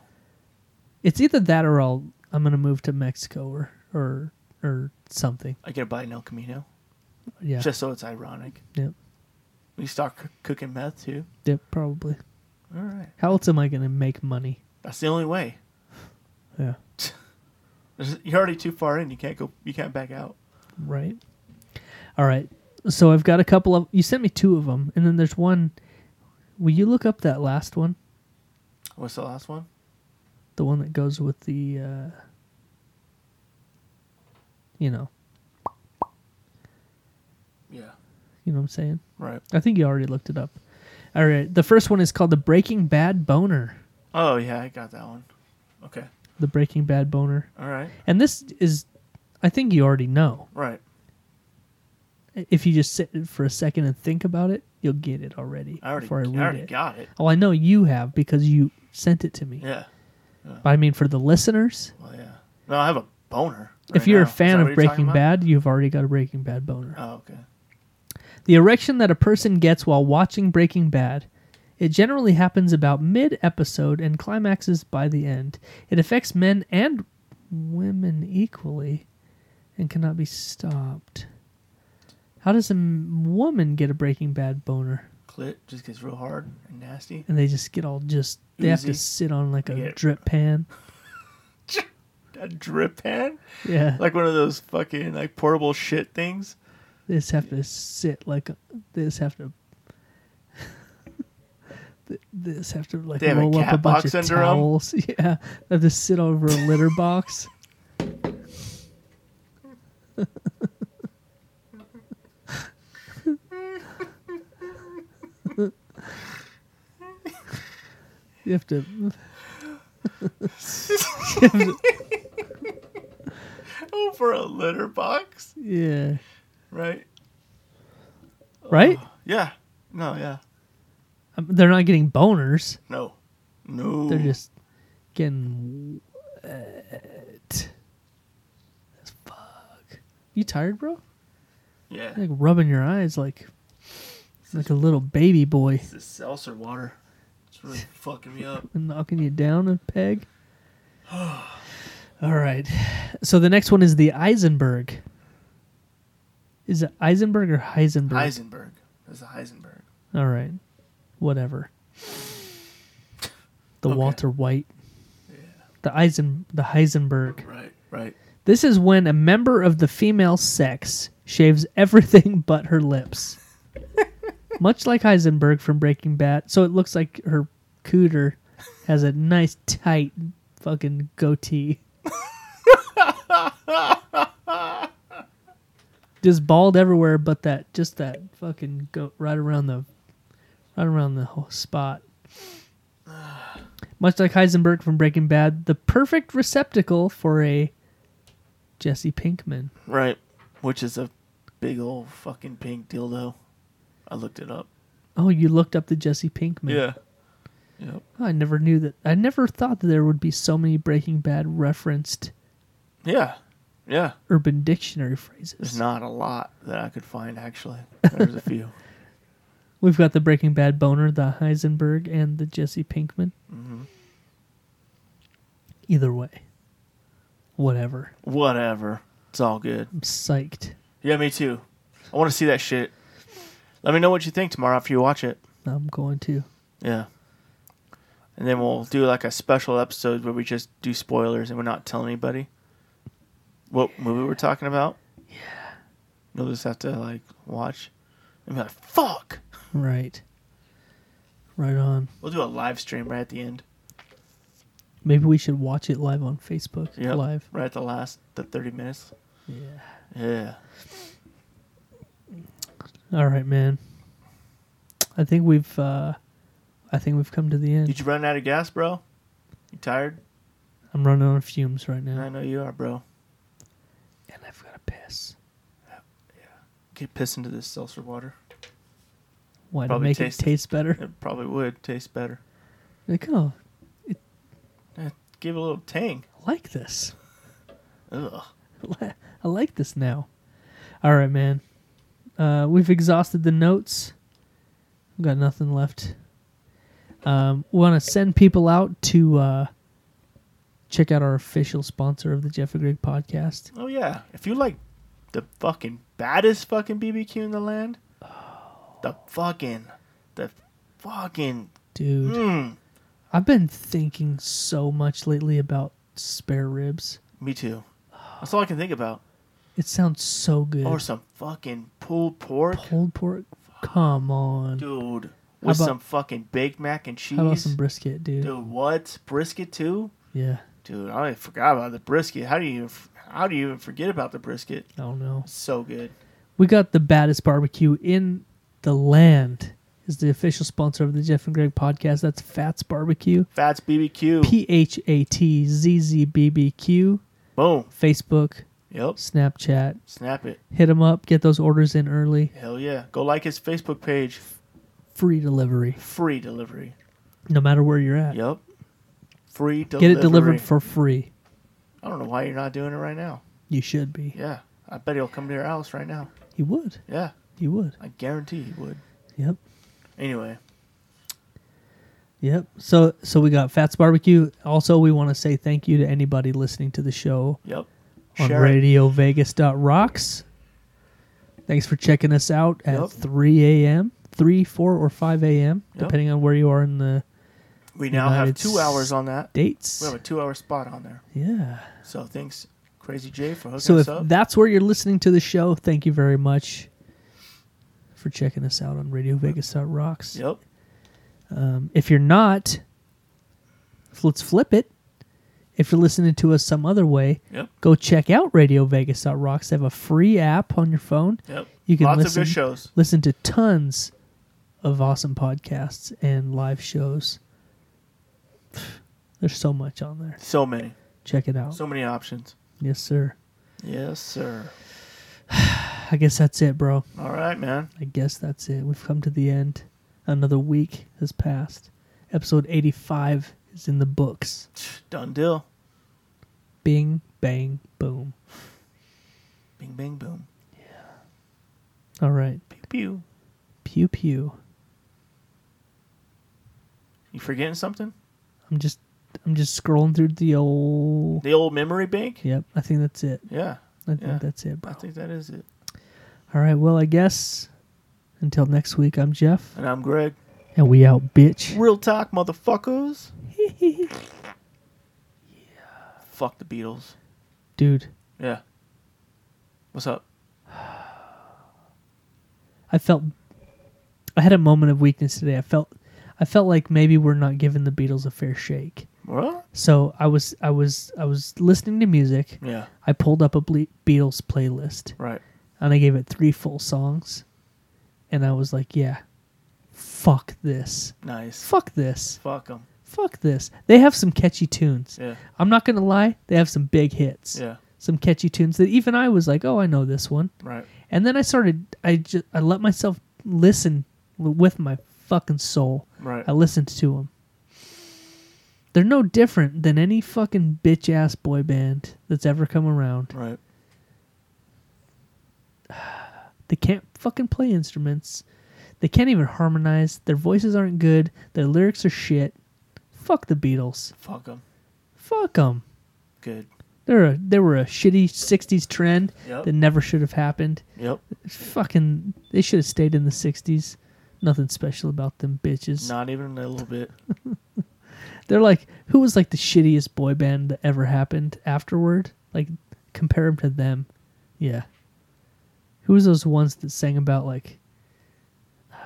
It's either that or I'll I'm gonna move to Mexico or or or something.
I get a buy an El Camino
Yeah.
just so it's ironic.
yep.
We start c- cooking meth too.
Yep. Probably.
All right,
How else am I gonna make money?
that's the only way.
Yeah.
[laughs] There's- You're already too far in. You can't go. You can't back out.
Right. All right. So I've got a couple of you sent me two of them, and then there's one. Will you look up that last one?
What's the last one?
The one that goes with the. Uh, you know.
Yeah.
You know what I'm saying.
Right.
I think you already looked it up. All right. The first one is called the Breaking Bad boner.
Oh yeah, I got that one. Okay.
The Breaking Bad boner.
All right.
And this is, I think you already know.
Right.
if you just sit for a second and think about it, you'll get it already.
I already,
before
I
I read
already
it.
got it.
oh, I know you have because you sent it to me.
Yeah.
But I mean, for the listeners,
Well, yeah. No, I have a boner.
if
right
you're
now.
a
Is
fan
that what
of
you're talking
Breaking
about?
Bad, you've already got a Breaking Bad boner.
Oh, okay.
The erection that a person gets while watching Breaking Bad. It generally happens about mid episode and climaxes by the end. It affects men and women equally and cannot be stopped. How does a m- woman get a Breaking Bad boner?
Clit just gets real hard and nasty.
And they just get all just, they have to
Oozy.
sit on like a
Yeah.
drip pan.
A drip pan?
Yeah.
Like one of those fucking like portable shit things.
They just have to sit like, a, they just have to. [laughs] they- They just have to like
They have a
roll up a
cat
bunch
box
of
under 'em?
towels. [laughs] Yeah, they have to sit over a litter box. [laughs] you have to.
Over a litter box,
Yeah.
right?
Right?
Yeah. No, yeah.
Um, They're not getting boners.
No. No.
They're just getting wet. As fuck. You tired, bro?
Yeah.
You're, like rubbing your eyes like like a little baby boy
It's this seltzer water. It's really fucking me up.
and knocking you down a peg. All right. So the next one is the Eisenberg. Is it Eisenberg or Heisenberg?
Heisenberg. That's a Heisenberg.
All right. Whatever. The
Okay.
Walter White. The Eisen the Heisenberg.
Right. Right.
This is when a member of the female sex shaves everything [laughs] but her lips. Much like Heisenberg from Breaking Bad. So it looks like her cooter has a nice tight fucking goatee. just bald everywhere but that just that fucking go right around the right around the whole spot. Much like Heisenberg from Breaking Bad, the perfect receptacle for a Jesse Pinkman.
Right. Which is a big old fucking pink dildo. I looked it up.
Oh, you looked up the Jesse Pinkman.
Yep.
Oh, I never knew that. I never thought that there would be so many Breaking Bad referenced
Yeah. Yeah.
Urban Dictionary phrases.
There's not a lot that I could find actually. There's a few.
We've got the Breaking Bad boner, the Heisenberg, and the Jesse Pinkman.
Mm-hmm.
Either way, whatever.
Whatever. It's all good.
I'm psyched.
Yeah, me too. I want to see that shit. Let me know what you think tomorrow after you watch it.
I'm going to.
Yeah. And then we'll do like a special episode where we just do spoilers and we're not telling anybody what movie we're talking about. Yeah. You'll just have to like watch and be like, fuck.
Right. Right on.
We'll do a live stream right at the end.
Maybe we should watch it live on Facebook
Yep.
live.
Right at the last, the 30 minutes.
Yeah.
Yeah.
All right, man. I think we've uh I think we've come to the end.
Did you run out of gas, bro? You tired?
I'm running on fumes right
I
now.
know you are, bro.
And I've got to piss.
Get pissed into this seltzer water.
Why to
Probably
make
tastes-
it taste better?
It probably would taste better.
[laughs] Like, oh,
Give it a little tang.
I like this.
Ugh.
I like this now. All right, man. Uh, we've exhausted the notes. We've got nothing left. Um, Want to send people out to uh, check out our official sponsor of the Jeff and Greg podcast.
Oh yeah, if you like the fucking baddest fucking BBQ in the land, the fucking, the fucking,
Dude,
mm,
I've been thinking so much lately about spare ribs.
me too. That's all I can think about.
It sounds so good.
Or some fucking pulled pork,
Pulled pork. Come on.
dude, with
about-
some fucking baked mac and cheese.
How about some brisket, dude?
dude, what brisket too?
Yeah.
Dude, I already forgot about the brisket. How do you, how do you even forget about the brisket?
I don't know.
So good.
We got the baddest barbecue in the land. Is the official sponsor of the Jeff and Greg podcast. That's Fats Barbecue.
Fats BBQ.
P H A T Z Z B B Q.
Boom.
Facebook,
Yep.
Snapchat.
Snap it.
Hit him up. Get those orders in early.
Hell yeah. Go like his Facebook page.
Free delivery,
Free delivery.
no matter where you're at.
Yep. Free
Get
delivery.
it delivered for free.
I don't know why you're not doing it right now.
You should be.
Yeah. I bet he'll come to your house right now.
You would.
Yeah.
You would.
I guarantee he would.
Yep.
Anyway.
Yep. So so we got Fats Barbecue. Also, we want to say thank you to anybody listening to the show
Yep.
on
Share it.
RadioVegas.rocks. Thanks for checking us out at
Yep.
3 a.m., 3, 4, or 5 a.m.,
Yep.
depending on where you are in the
We now have
United
two hours on that.
dates.
We have a two hour spot on there.
Yeah.
So thanks, Crazy Jay, for hooking
So
us
if
up.
that's where you're listening to the show, thank you very much for checking us out on RadioVegas.rocks.
yep.
Um, if you're not, f- let's flip it. If you're listening to us some other way,
Yep.
go check out RadioVegas.rocks. They have a free app on your phone.
Yep.
You can
Lots
listen,
of good shows.
listen to tons of awesome podcasts and live shows. [sighs] There's so much on there.
So many.
Check it out.
So many options.
yes, sir.
Yes, sir.
I guess that's it, bro.
All right, man.
I guess that's it. We've come to the end. Another week has passed. Episode 85 is in the books.
Done deal.
Bing, bang, boom.
Bing, bang, boom.
All right.
Pew, pew.
Pew, pew.
You forgetting something?
I'm just I'm just scrolling through the old
The old memory bank?
Yep, I think that's it.
Yeah.
I think
Yeah.
that's it, bro.
I think that is it.
All right, well, I guess until next week, I'm Jeff,
And I'm Greg.
and we out, bitch.
Real talk, [laughs] motherfuckers. Fuck the Beatles.
Dude,
Yeah. What's up?
I felt I had a moment of weakness today. I felt I felt like maybe we're not giving the Beatles a fair shake.
What?
So I was I was I was listening to music.
Yeah.
I pulled up a Ble- Beatles playlist
Right.
and I gave it three full songs, and I was like, yeah, fuck this,
Nice.
fuck this,
Fuck them.
fuck this. They have some catchy tunes.
Yeah.
I'm not gonna lie, they have some big hits.
Yeah.
Some catchy tunes that even I was like, oh, I know this one.
Right.
And then I started, I just, I let myself listen w- with my fucking soul.
Right.
I listened to them. They're no different than any fucking bitch ass boy band that's ever come around.
Right.
They can't fucking play instruments. They can't even harmonize. Their voices aren't good. Their lyrics are shit. Fuck the Beatles.
Fuck them.
Fuck them.
Good.
They're a, they were a shitty 60s trend
Yep.
that never should have happened.
Yep.
Fucking, they should have stayed in the 60s. Nothing special about them bitches.
Not even a little bit.
They're like, who was like the shittiest boy band that ever happened afterward? Like, compare them to them. Yeah. Who was those ones that sang about like [sighs]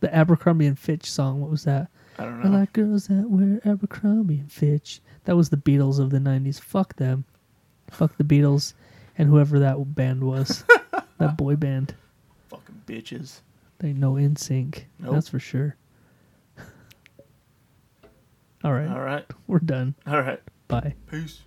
the Abercrombie and Fitch song? What was that?
I don't
I
know.
like girls that wear Abercrombie and Fitch. That was the Beatles of the '90s. Fuck them. Fuck the Beatles, and whoever that
[laughs]
band was, that boy band.
Fucking bitches.
They know in sync.
Nope.
That's for sure. [laughs] All right,
All right.
we're done.
All right.
Bye.
Peace.